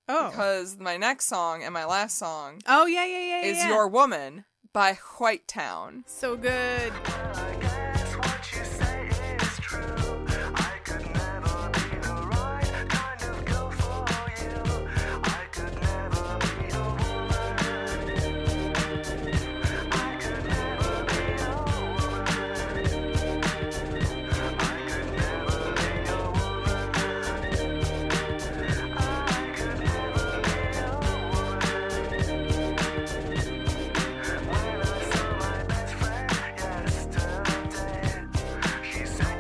Speaker 1: Oh.
Speaker 2: because my next song and my last song
Speaker 1: oh, yeah, yeah, yeah.
Speaker 2: is
Speaker 1: yeah.
Speaker 2: Your Woman by White Town.
Speaker 1: So good.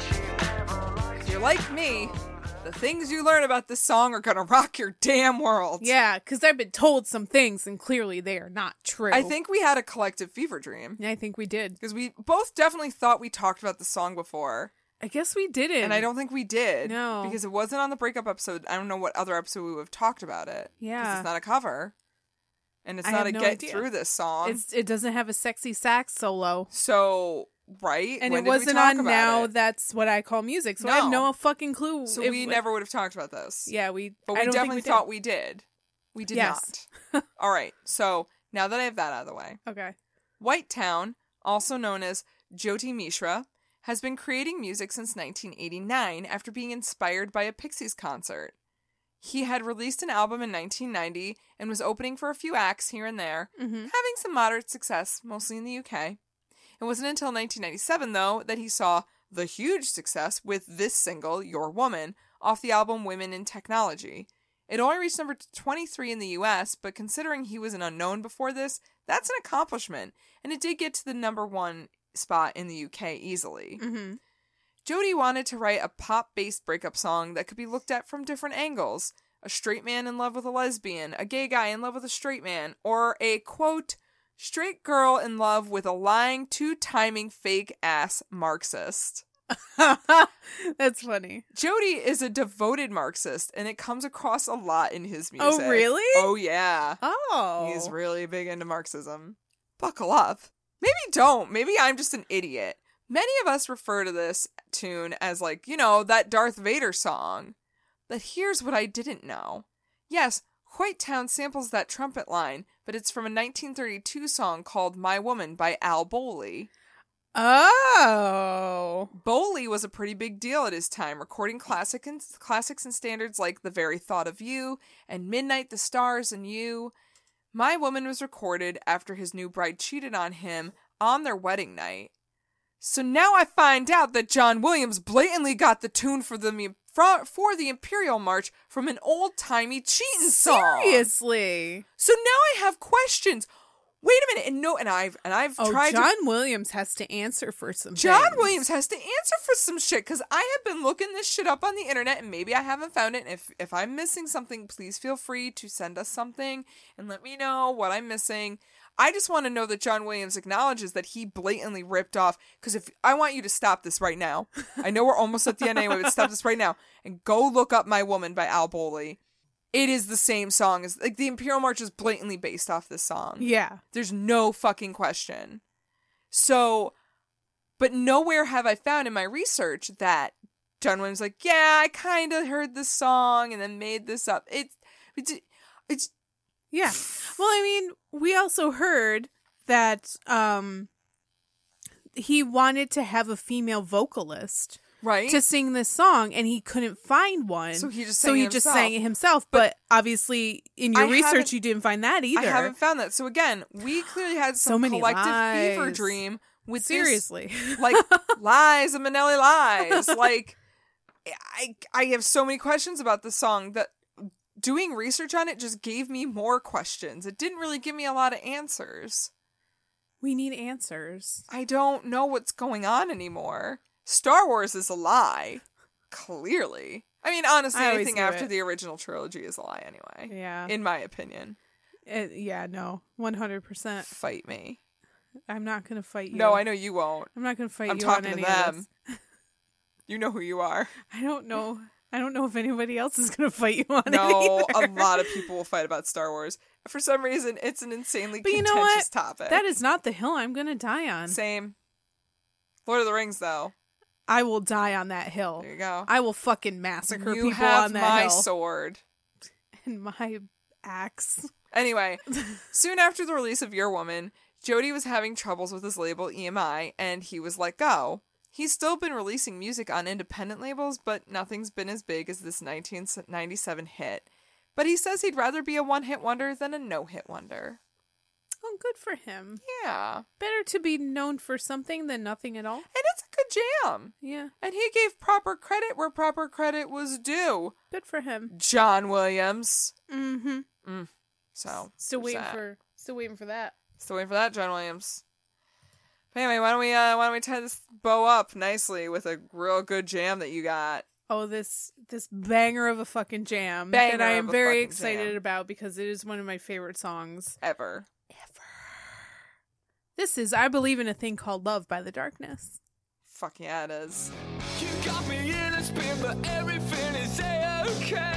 Speaker 2: If you're like me, the things you learn about this song are gonna rock your damn world.
Speaker 1: Yeah, because I've been told some things and clearly they are not true.
Speaker 2: I think we had a collective fever dream.
Speaker 1: I think we did.
Speaker 2: Because we both definitely thought we talked about the song before.
Speaker 1: I guess we didn't.
Speaker 2: And I don't think we did.
Speaker 1: No.
Speaker 2: Because it wasn't on the breakup episode. I don't know what other episode we would have talked about it. 'Cause
Speaker 1: Yeah.
Speaker 2: It's not a cover. And it's
Speaker 1: I
Speaker 2: not
Speaker 1: have
Speaker 2: a
Speaker 1: no
Speaker 2: get
Speaker 1: idea.
Speaker 2: through this song.
Speaker 1: It's, it doesn't have a sexy sax solo.
Speaker 2: so, right?
Speaker 1: And
Speaker 2: When
Speaker 1: it
Speaker 2: did we
Speaker 1: wasn't
Speaker 2: talk
Speaker 1: on
Speaker 2: about
Speaker 1: now.
Speaker 2: it?
Speaker 1: That's what I call music. So I have
Speaker 2: No.
Speaker 1: no fucking clue.
Speaker 2: so,
Speaker 1: if-
Speaker 2: we never would have talked about this.
Speaker 1: Yeah, we.
Speaker 2: But
Speaker 1: I
Speaker 2: we
Speaker 1: don't
Speaker 2: definitely
Speaker 1: think we
Speaker 2: thought we did. We did
Speaker 1: Yes.
Speaker 2: not. All right. So, now that I have that out of the way,
Speaker 1: did. Okay.
Speaker 2: White Town, also known as Jyoti Mishra, has been creating music since 1989 after being inspired by a Pixies concert. He had released an album in 1990 and was opening for a few acts here and there, having some moderate success, mostly in the UK. It wasn't until 1997, though, that he saw the huge success with this single, Your Woman, off the album Women in Technology. It only reached number 23 in the US, but considering he was an unknown before this, that's an accomplishment, and it did get to the number one spot in the UK easily.
Speaker 1: Mm-hmm.
Speaker 2: Jody wanted to write a pop based breakup song that could be looked at from different angles a straight man in love with a lesbian, a gay guy in love with a straight man, or a quote, straight girl in love with a lying, two timing, fake ass Marxist.
Speaker 1: That's funny.
Speaker 2: Jody is a devoted Marxist, and it comes across a lot in his
Speaker 1: Oh,
Speaker 2: music.
Speaker 1: really?
Speaker 2: Oh, yeah.
Speaker 1: Oh.
Speaker 2: He's really big into Marxism. Buckle up. Maybe don't. Maybe I'm just an idiot. Many of us refer to this tune as, like, you know, that Darth Vader song. But here's what I didn't know. Yes, White Town samples that trumpet line, but it's from a 1932 song called My Woman by Al Boley.
Speaker 1: Oh.
Speaker 2: Bowley was a pretty big deal at his time, recording classic and, classics and standards like The Very Thought of You and Midnight, the Stars, and You. My Woman was recorded after his new bride cheated on him on their wedding night. So now I find out that John Williams blatantly got the tune for the mu- fro- for the Imperial March from an old timey cheating song.
Speaker 1: Seriously.
Speaker 2: So now I have questions. Wait a minute, and no, and I've and I've
Speaker 1: Oh,
Speaker 2: tried to
Speaker 1: John Williams has to answer for some.
Speaker 2: John
Speaker 1: things.
Speaker 2: Williams has to answer for some shit because I have been looking this shit up on the internet and maybe I haven't found it. And if if I'm missing something, please feel free to send us something and let me know what I'm missing. I just want to know that John Williams acknowledges that he blatantly ripped off. Because if I want you to stop this right now, I know we're almost at the end anyway, but stop this right now and go look up "My Woman" by Al Boley It is the same song as like the Imperial March is blatantly based off this song.
Speaker 1: Yeah.
Speaker 2: There's no fucking question. So, but nowhere have I found in my research that Dunwin was like, yeah, I kind of heard this song and then made this up. It's, it's, it's
Speaker 1: Yeah. Well, I mean, we also heard that um he wanted to have a female vocalist
Speaker 2: right.
Speaker 1: to sing this song and he couldn't find one.
Speaker 2: So he just
Speaker 1: so
Speaker 2: sang it
Speaker 1: he just sang it
Speaker 2: himself.
Speaker 1: himself, but, obviously in
Speaker 2: I
Speaker 1: your
Speaker 2: haven't-
Speaker 1: research you didn't find that either.
Speaker 2: I haven't found that. So again, we clearly had
Speaker 1: So
Speaker 2: some
Speaker 1: many
Speaker 2: collective fever
Speaker 1: lies.
Speaker 2: dream with this-
Speaker 1: Seriously.
Speaker 2: like lies and Manelli lies. Like I I have so many questions about the song that doing research on it just gave me more questions. It didn't really give me a lot of answers.
Speaker 1: we need answers.
Speaker 2: I don't know what's going on anymore. Star Wars is a lie, clearly. I mean, honestly,
Speaker 1: I always
Speaker 2: anything
Speaker 1: knew
Speaker 2: after
Speaker 1: it.
Speaker 2: the original trilogy is a lie anyway.
Speaker 1: Yeah.
Speaker 2: In my opinion,
Speaker 1: Uh, yeah, no. 100%.
Speaker 2: fight me.
Speaker 1: I'm not going to fight you.
Speaker 2: No, I know you won't.
Speaker 1: I'm not going to fight
Speaker 2: I'm
Speaker 1: you
Speaker 2: talking
Speaker 1: on
Speaker 2: to
Speaker 1: any of
Speaker 2: them.
Speaker 1: this.
Speaker 2: You know who you are.
Speaker 1: I don't know. I don't know if anybody else is going to fight you on
Speaker 2: No,
Speaker 1: it either.
Speaker 2: a lot of people will fight about Star Wars. For some reason, it's an insanely
Speaker 1: But you
Speaker 2: contentious
Speaker 1: know what?
Speaker 2: topic.
Speaker 1: That is not the hill I'm going to die on.
Speaker 2: same. Lord of the Rings, though.
Speaker 1: I will die on that hill.
Speaker 2: There you go.
Speaker 1: I will fucking massacre
Speaker 2: you
Speaker 1: people
Speaker 2: have
Speaker 1: on that
Speaker 2: my
Speaker 1: hill.
Speaker 2: sword.
Speaker 1: and my axe.
Speaker 2: Anyway, soon after the release of Your Woman, Jody was having troubles with his label EMI, and he was let go. He's still been releasing music on independent labels, but nothing's been as big as this 1997 hit. But he says he'd rather be a one-hit wonder than a no-hit wonder.
Speaker 1: Oh, good for him.
Speaker 2: Yeah,
Speaker 1: Better to be known for something than nothing at all.
Speaker 2: and it's a good jam.
Speaker 1: Yeah,
Speaker 2: And he gave proper credit where proper credit was due.
Speaker 1: good for him.
Speaker 2: John Williams.
Speaker 1: Mm-hmm.
Speaker 2: So
Speaker 1: Still
Speaker 2: there's
Speaker 1: waiting
Speaker 2: that.
Speaker 1: for still waiting for that.
Speaker 2: still waiting for that John Williams. But anyway, why don't we uh, why don't we tie this bow up nicely with a real good jam that you got?
Speaker 1: Oh, this this banger of a fucking jam
Speaker 2: Banger
Speaker 1: that I
Speaker 2: of
Speaker 1: am
Speaker 2: a
Speaker 1: very
Speaker 2: fucking
Speaker 1: excited
Speaker 2: jam.
Speaker 1: about because it is one of my favorite songs.
Speaker 2: Ever
Speaker 1: This is I believe in a thing called love by the darkness.
Speaker 2: fuck yeah, it is.
Speaker 5: You got me in a spin, but everything is a-okay.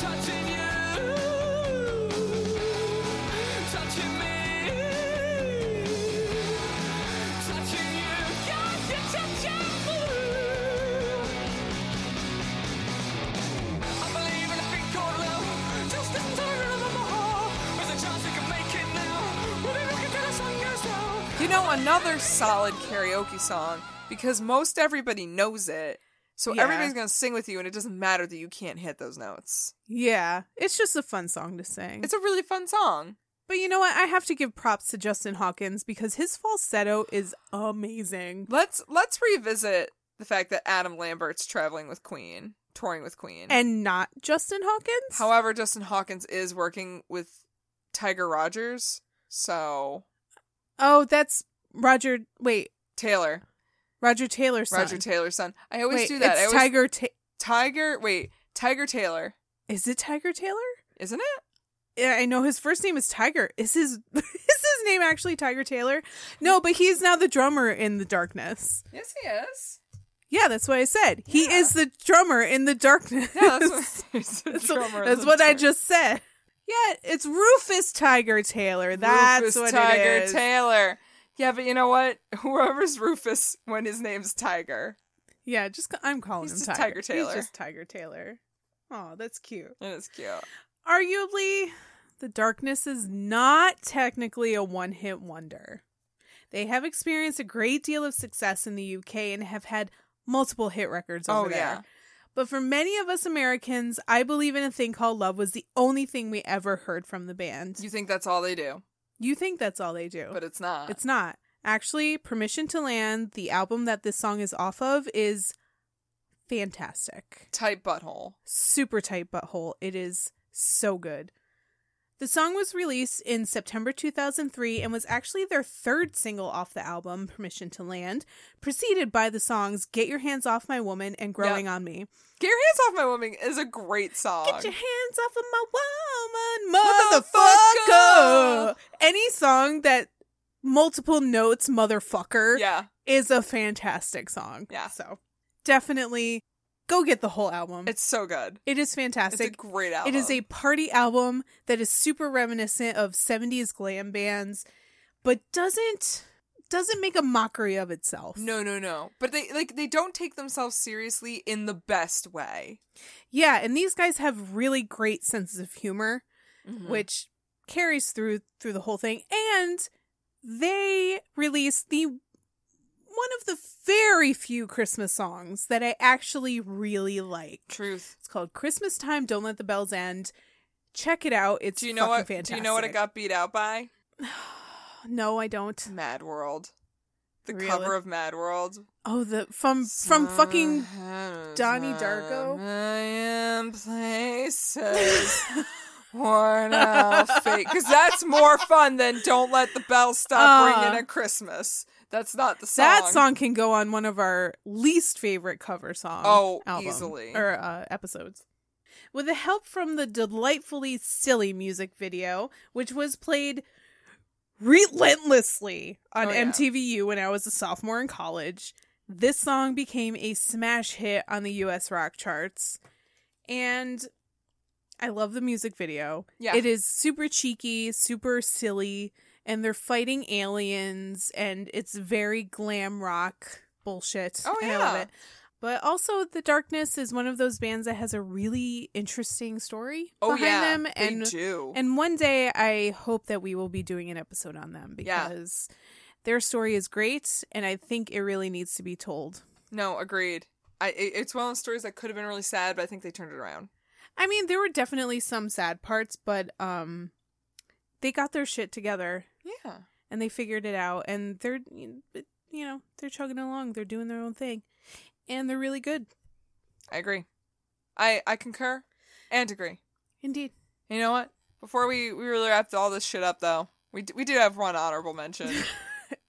Speaker 5: Touching you, touching me, touching you, yeah, yeah, yeah, yeah. I believe in a thing called love, just a turn of my heart. There's a chance we can make it now. We'll be looking till the sun goes down.
Speaker 2: You know, another solid karaoke song because most everybody knows it. So
Speaker 1: Yeah.
Speaker 2: everybody's gonna sing with you, and it doesn't matter that you can't hit those notes.
Speaker 1: Yeah, it's just a fun song to sing.
Speaker 2: It's a really fun song.
Speaker 1: But you know what? I have to give props to Justin Hawkins because his falsetto is amazing.
Speaker 2: Let's let's revisit the fact that Adam Lambert's traveling with Queen, touring with Queen.
Speaker 1: And not Justin Hawkins?
Speaker 2: However, Justin Hawkins is working with Tiger Rogers, so
Speaker 1: oh, that's Roger. Wait,
Speaker 2: Taylor,
Speaker 1: Roger Taylor's son.
Speaker 2: Roger Taylor's son. I always
Speaker 1: Wait,
Speaker 2: do that.
Speaker 1: It's
Speaker 2: I always,
Speaker 1: Tiger. Ta-
Speaker 2: Tiger. Wait, Tiger Taylor,
Speaker 1: is it Tiger Taylor?
Speaker 2: isn't it?
Speaker 1: Yeah, I know his first name is Tiger. Is his is his name actually Tiger Taylor? No, but he's now the drummer in the darkness.
Speaker 2: Yes, he is.
Speaker 1: Yeah, that's what I said. He is the drummer in the darkness.
Speaker 2: Yeah, that's what, he's a
Speaker 1: That's,
Speaker 2: drummer in
Speaker 1: that's
Speaker 2: the
Speaker 1: what I
Speaker 2: church.
Speaker 1: just said. Yeah, it's Rufus Tiger Taylor. That's
Speaker 2: Rufus
Speaker 1: what
Speaker 2: Tiger
Speaker 1: it is.
Speaker 2: Taylor. Yeah, but you know what? Whoever's Rufus when his name's Tiger,
Speaker 1: yeah, just ca- I'm calling
Speaker 2: He's
Speaker 1: him
Speaker 2: just
Speaker 1: Tiger.
Speaker 2: Tiger Taylor.
Speaker 1: He's just Tiger Taylor. Oh, that's cute.
Speaker 2: it is cute.
Speaker 1: Arguably, The Darkness is not technically a one-hit wonder. They have experienced a great deal of success in the UK and have had multiple hit records over
Speaker 2: Oh,
Speaker 1: there.
Speaker 2: yeah.
Speaker 1: But for many of us Americans, I believe in a thing called love was the only thing we ever heard from the band.
Speaker 2: You think that's all they do,
Speaker 1: You think that's all they do.
Speaker 2: but it's not.
Speaker 1: It's not. Actually, Permission to Land, the album that this song is off of, is fantastic.
Speaker 2: tight butthole.
Speaker 1: Super tight butthole. It is so good. The song was released in September 2003 and was actually their third single off the album, Permission to Land, preceded by the songs Get Your Hands Off My Woman and Growing on Me.
Speaker 2: Get your hands off my woman is a great song.
Speaker 1: Get your hands off of my woman,
Speaker 2: Motherfucker!
Speaker 1: motherfucker! Any song that multiple notes, motherfucker,
Speaker 2: yeah.
Speaker 1: is a fantastic song.
Speaker 2: Yeah.
Speaker 1: So definitely go get the whole album.
Speaker 2: It's so good.
Speaker 1: it is
Speaker 2: It's
Speaker 1: fantastic.
Speaker 2: a great album.
Speaker 1: It is a party album that is super reminiscent of 70s glam bands, but doesn't doesn't make a mockery of itself.
Speaker 2: no, no, no. But they like they don't take themselves seriously in the best way.
Speaker 1: Yeah, and these guys have really great senses of humor,
Speaker 2: Mm-hmm.
Speaker 1: which carries through through the whole thing. And they released the one of the very few Christmas songs that I actually really like.
Speaker 2: Truth.
Speaker 1: It's called Christmas Time, Don't Let the Bells End. Check it out. It's
Speaker 2: Do you know what?
Speaker 1: fucking fantastic.
Speaker 2: Do you know what it got beat out by?
Speaker 1: No, I don't.
Speaker 2: Mad World. The
Speaker 1: Really?
Speaker 2: cover of Mad World.
Speaker 1: Oh, the from from fucking Donnie Darko?
Speaker 2: I am places. Worn out fate, because that's more fun than "Don't Let the Bell Stop
Speaker 1: Uh.
Speaker 2: Ringing at Christmas." That's not the song.
Speaker 1: that song can go on one of our least favorite cover songs.
Speaker 2: Oh, easily.
Speaker 1: or uh, episodes. With the help from the delightfully silly music video, which was played relentlessly on
Speaker 2: Oh, yeah.
Speaker 1: MTVU when I was a sophomore in college, this song became a smash hit on the U.S. rock charts, and I love the music video.
Speaker 2: Yeah.
Speaker 1: It is super cheeky, super silly, and they're fighting aliens, and it's very glam rock bullshit.
Speaker 2: Oh,
Speaker 1: And I love
Speaker 2: yeah.
Speaker 1: it. But also, The Darkness is one of those bands that has a really interesting story
Speaker 2: Oh
Speaker 1: behind
Speaker 2: yeah,
Speaker 1: them,
Speaker 2: they
Speaker 1: and
Speaker 2: do.
Speaker 1: and one day I hope that we will be doing an episode on them
Speaker 2: Yeah.
Speaker 1: because their story is great, and I think it really needs to be told.
Speaker 2: no, agreed. I it, it's one of those stories that could have been really sad, but I think they turned it around.
Speaker 1: I mean, there were definitely some sad parts, but um, they got their shit together
Speaker 2: Yeah,
Speaker 1: and they figured it out, and they're you know they're chugging along, they're doing their own thing, and they're really good
Speaker 2: I agree. I I concur and agree.
Speaker 1: indeed.
Speaker 2: You know what? Before we we really wrap all this shit up, though, we d- we do have one honorable mention.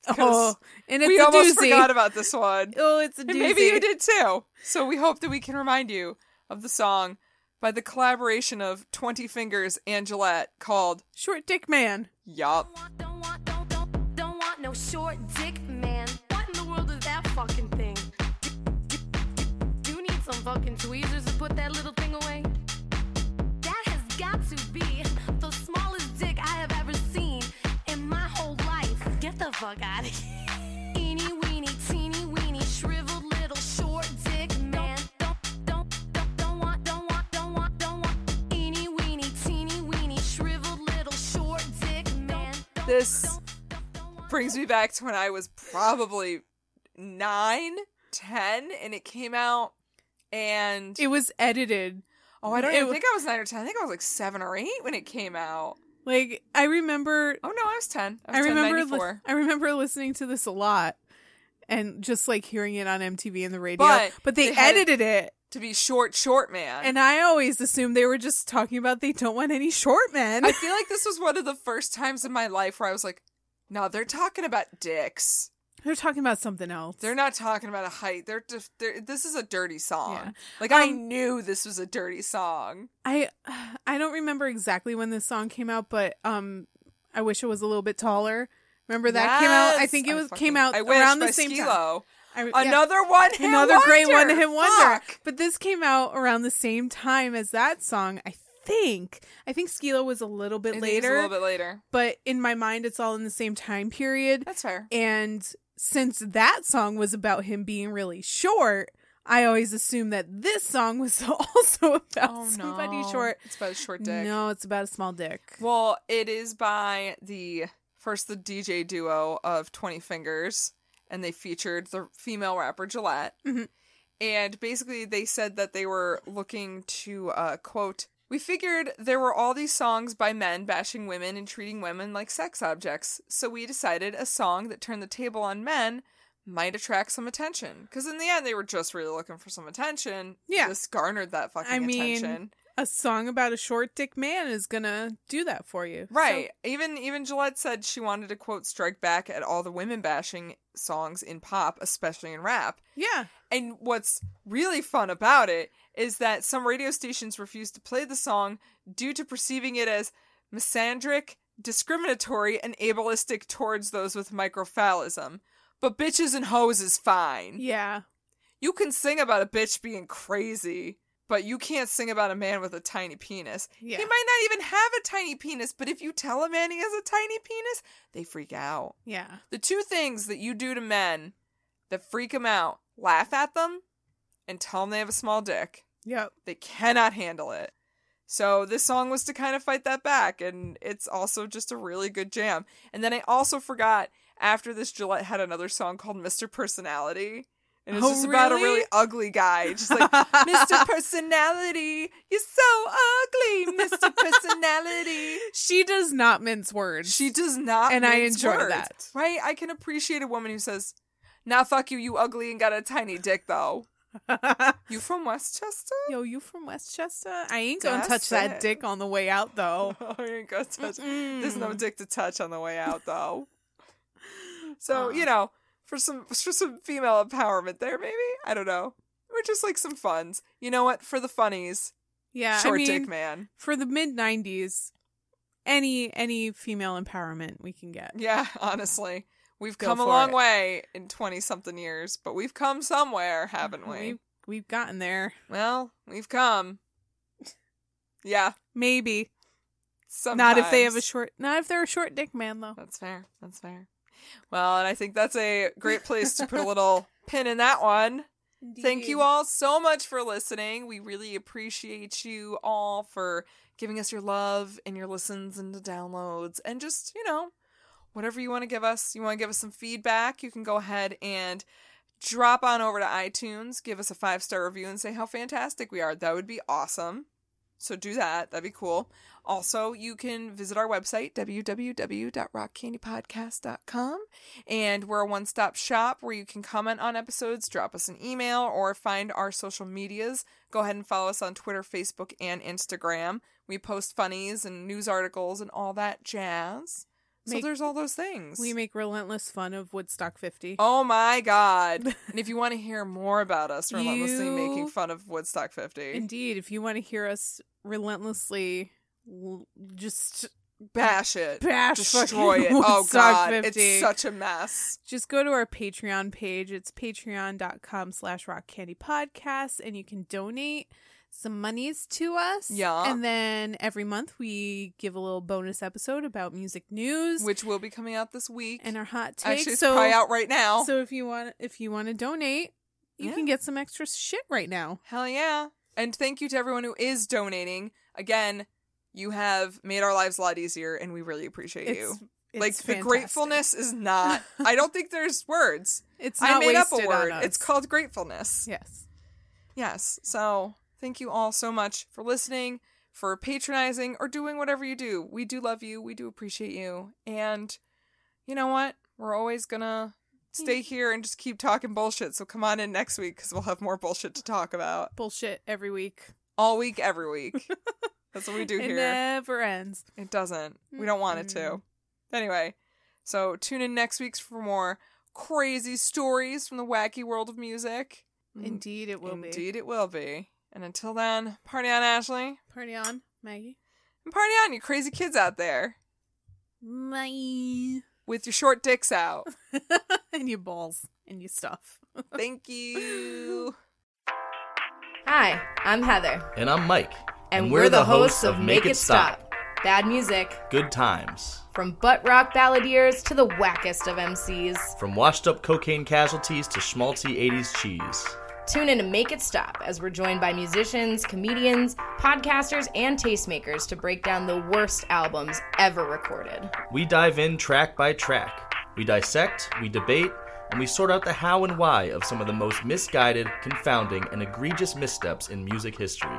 Speaker 2: 'Cause
Speaker 1: Oh, and it's
Speaker 2: we
Speaker 1: a
Speaker 2: almost
Speaker 1: doozy.
Speaker 2: forgot about this one.
Speaker 1: Oh, it's a doozy.
Speaker 2: And maybe you did too. So we hope that we can remind you of the song by the collaboration of Twenty Fingers and Gillette called
Speaker 1: Short Dick Man.
Speaker 2: Yup.
Speaker 3: want, don't want, don't, don't, don't want no short dick man. What in the world is that fucking thing? You need some fucking tweezers to put that little thing away. That has got to be the smallest dick I have ever seen in my whole life. Get the fuck out of here. Eeny weeny, teeny weeny, shriveled little short dick man. Don't, don't, don't, don't want, don't want, don't want, don't want. Eeny weeny, teeny weeny, shriveled little short dick man. Don't,
Speaker 2: This
Speaker 3: don't, don't want-
Speaker 2: brings me back to when I was probably nine, ten, and it came out. And
Speaker 1: It was edited.
Speaker 2: oh, I don't
Speaker 1: it
Speaker 2: even
Speaker 1: w-
Speaker 2: think I was nine or ten. I think I was like seven or eight when it came out.
Speaker 1: Like I remember,
Speaker 2: Oh no, I was ten. I,
Speaker 1: I
Speaker 2: was 10,
Speaker 1: remember,
Speaker 2: 94.
Speaker 1: li- I remember listening to this a lot, and just like hearing it on MTV and the radio.
Speaker 2: But
Speaker 1: they,
Speaker 2: they had it-
Speaker 1: edited it,
Speaker 2: to be short, short man.
Speaker 1: and I always assumed they were just talking about they don't want any short men.
Speaker 2: I feel like this was one of the first times in my life where I was like, no, they're talking about dicks.
Speaker 1: They're talking about something else.
Speaker 2: They're not talking about a height. They're, def- they're this is a dirty song.
Speaker 1: Yeah.
Speaker 2: Like I
Speaker 1: Um,
Speaker 2: knew this was a dirty song.
Speaker 1: I I don't remember exactly when this song came out, but um, I wish it was a little bit taller. Remember that came out? I
Speaker 2: Yes!
Speaker 1: think it was
Speaker 2: fucking-
Speaker 1: came out
Speaker 2: I wish,
Speaker 1: around
Speaker 2: by
Speaker 1: the same time.
Speaker 2: Skee-Lo.
Speaker 1: I- yeah.
Speaker 2: Another one, hit
Speaker 1: another great one
Speaker 2: wonder.
Speaker 1: hit wonder.
Speaker 2: Fuck.
Speaker 1: But this came out around the same time as that song, I think. I think Skilo was a little
Speaker 2: I
Speaker 1: bit
Speaker 2: think it's
Speaker 1: later,
Speaker 2: a little bit later.
Speaker 1: but in my mind, it's all in the same time period.
Speaker 2: That's fair.
Speaker 1: And since that song was about him being really short, I always assumed that this song was also about somebody short.
Speaker 2: Oh, It's about a short dick.
Speaker 1: No, it's about a small dick.
Speaker 2: Well, it is by the first the DJ duo of Twenty Fingers, and they featured the female rapper Gillette.
Speaker 1: Mm-hmm.
Speaker 2: And basically, they said that they were looking to uh, quote. We figured there were all these songs by men bashing women and treating women like sex objects, so we decided a song that turned the table on men might attract some attention. Because in the end, they were just really looking for some attention.
Speaker 1: Yeah.
Speaker 2: this garnered that fucking
Speaker 1: I mean,
Speaker 2: attention.
Speaker 1: A song about a short dick man is gonna do that for you. So-
Speaker 2: Right. even even Gillette said she wanted to quote strike back at all the women bashing songs in pop, especially in rap.
Speaker 1: yeah.
Speaker 2: And what's really fun about it is that some radio stations refused to play the song due to perceiving it as misandric, discriminatory, and ableistic Mm. towards those with microphallism. But bitches and hoes is fine.
Speaker 1: Yeah.
Speaker 2: You can sing about a bitch being crazy, but you can't sing about a man with a tiny penis.
Speaker 1: Yeah.
Speaker 2: He might not even have a tiny penis, but if you tell a man he has a tiny penis, they freak out.
Speaker 1: Yeah.
Speaker 2: The two things that you do to men that freak them out laugh at them and tell them they have a small dick.
Speaker 1: Yep.
Speaker 2: They cannot handle it. So this song was to kind of fight that back, and it's also just a really good jam. And then I also forgot after this, Gillette had another song called "Mr. Personality," and it's
Speaker 1: Oh,
Speaker 2: just about a really
Speaker 1: really?
Speaker 2: ugly guy, just like "Mr. Personality, you're so ugly, Mr. Personality."
Speaker 1: She does not mince words.
Speaker 2: She does not,
Speaker 1: And I
Speaker 2: mince
Speaker 1: enjoy
Speaker 2: words,
Speaker 1: that.
Speaker 2: Right? I can appreciate a woman who says, "Nah, fuck you, you ugly and got a tiny dick though." you from Westchester?
Speaker 1: Yo, you from Westchester? I ain't
Speaker 2: gonna
Speaker 1: gonna
Speaker 2: touch
Speaker 1: touch
Speaker 2: that
Speaker 1: that dick on the way out though.
Speaker 2: Oh, you ain't gonna touch. There's
Speaker 1: Hmm.
Speaker 2: no dick to touch on the way out, though. So you know, for some for some female empowerment there, maybe I don't know. Or just like some funds. You know what? For the funnies,
Speaker 1: Yeah,
Speaker 2: short
Speaker 1: I mean,
Speaker 2: dick man.
Speaker 1: for the mid '90s, any any female empowerment we can get.
Speaker 2: Yeah, honestly, we've
Speaker 1: Go
Speaker 2: come a
Speaker 1: for
Speaker 2: long
Speaker 1: it.
Speaker 2: way in twenty something years, but we've come somewhere, haven't we?
Speaker 1: Mm-hmm. We've we've gotten there.
Speaker 2: Well, we've come. Yeah,
Speaker 1: Maybe
Speaker 2: sometimes.
Speaker 1: not if they have a short. Not if they're a short dick man though.
Speaker 2: That's fair. That's fair. Well, and I think that's a great place to put a little pin in that one. Thank you all so much for listening. We really appreciate you all for giving us your love and your listens and the downloads and just, you know, whatever you want to give us. You want to give us some feedback, you can go ahead and drop on over to iTunes, give us a five star review, and say how fantastic we are. That would be awesome. So do that. That'd be cool. Also, you can visit our website, www.rockcandypodcast.com. And we're a one stop shop where you can comment on episodes, drop us an email, or find our social medias. Go ahead and follow us on Twitter, Facebook, and Instagram. We post funnies and news articles and all that jazz. so
Speaker 1: Make-
Speaker 2: there's all those things.
Speaker 1: We make relentless fun of Woodstock 50.
Speaker 2: Oh my God. and if you want to hear more about us relentlessly
Speaker 1: You-
Speaker 2: making fun of Woodstock 50,
Speaker 1: Indeed, if you want to hear us relentlessly, l- just
Speaker 2: bash it.
Speaker 1: Bash
Speaker 2: Destroy
Speaker 1: fucking
Speaker 2: it. Oh
Speaker 1: Woodstock
Speaker 2: God.
Speaker 1: 50.
Speaker 2: It's such a mess.
Speaker 1: just go to our patreon page it's patreon.com slash rock candy podcast and you can donate some monies to us
Speaker 2: Yeah.
Speaker 1: and then every month we give a little bonus episode about music news
Speaker 2: Which will be coming out this week.
Speaker 1: and our hot takes
Speaker 2: Actually, it's
Speaker 1: so,
Speaker 2: probably out right now.
Speaker 1: so if you want if you want to donate you
Speaker 2: Yeah.
Speaker 1: can get some extra shit right now
Speaker 2: Hell yeah. And thank you to everyone who is donating. Again, you have made our lives a lot easier and we really appreciate
Speaker 1: it's,
Speaker 2: you.
Speaker 1: it's
Speaker 2: like the
Speaker 1: fantastic.
Speaker 2: gratefulness is not I don't think there's words.
Speaker 1: it's
Speaker 2: I
Speaker 1: not
Speaker 2: made up a
Speaker 1: wasted on
Speaker 2: word.
Speaker 1: us.
Speaker 2: It's called gratefulness.
Speaker 1: yes
Speaker 2: Yes. So thank you all so much for listening, for patronizing, or doing whatever you do. We do love you. We do appreciate you. And you know what? We're always going to stay here and just keep talking bullshit. So come on in next week because we'll have more bullshit to talk about
Speaker 1: bullshit every week
Speaker 2: all week, every week. That's what we do
Speaker 1: it
Speaker 2: here.
Speaker 1: never ends
Speaker 2: It doesn't. We don't want it to. Anyway, so tune in next week for more crazy stories from the wacky world of music.
Speaker 1: indeed it will be
Speaker 2: Mm. Indeed, it will be. And until then, party on, Ashley.
Speaker 1: party on maggie
Speaker 2: And party on, you crazy kids out there
Speaker 1: Bye.
Speaker 2: with your short dicks out.
Speaker 1: and your balls and your stuff.
Speaker 2: Thank you.
Speaker 6: Hi, I'm Heather,
Speaker 7: And I'm Mike.
Speaker 6: and, we're, the hosts of Make It Stop. Bad music,
Speaker 7: Good times.
Speaker 6: from butt rock balladeers to the wackest of MCs.
Speaker 7: From washed up cocaine casualties to schmaltzy 80s cheese.
Speaker 6: Tune in to Make It Stop as we're joined by musicians, comedians, podcasters, and tastemakers to break down the worst albums ever recorded.
Speaker 7: We dive in track by track. We dissect, we debate, and we sort out the how and why of some of the most misguided, confounding, and egregious missteps in music history.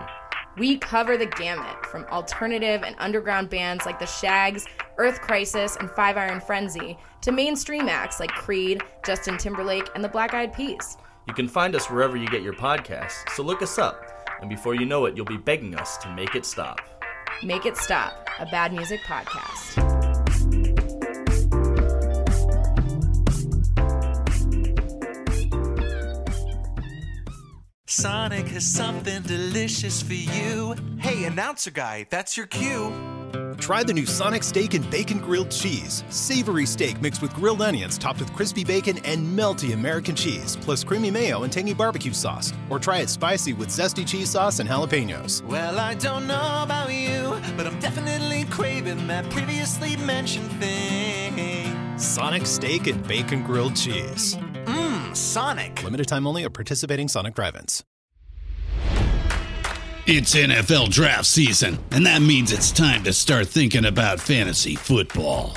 Speaker 6: We cover the gamut from alternative and underground bands like The Shags, Earth Crisis, and Five Iron Frenzy to mainstream acts like Creed, Justin Timberlake, and the Black Eyed Peas.
Speaker 7: You can find us wherever you get your podcasts, so look us up, and before you know it, you'll be begging us to make it stop.
Speaker 6: Make It Stop, a bad music podcast.
Speaker 5: Sonic has something delicious for you. Hey, announcer guy, that's your cue.
Speaker 8: Try the new Sonic Steak and Bacon Grilled Cheese. Savory steak mixed with grilled onions topped with crispy bacon and melty American cheese, plus creamy mayo and tangy barbecue sauce. Or try it spicy with zesty cheese sauce and jalapenos.
Speaker 9: Well, I don't know about you, but I'm definitely craving that previously mentioned thing.
Speaker 8: Sonic Steak and Bacon Grilled Cheese.
Speaker 9: Mmm, Sonic.
Speaker 8: Limited time only at participating Sonic drive-ins.
Speaker 2: It's NFL draft season, and that means it's time to start thinking about fantasy football.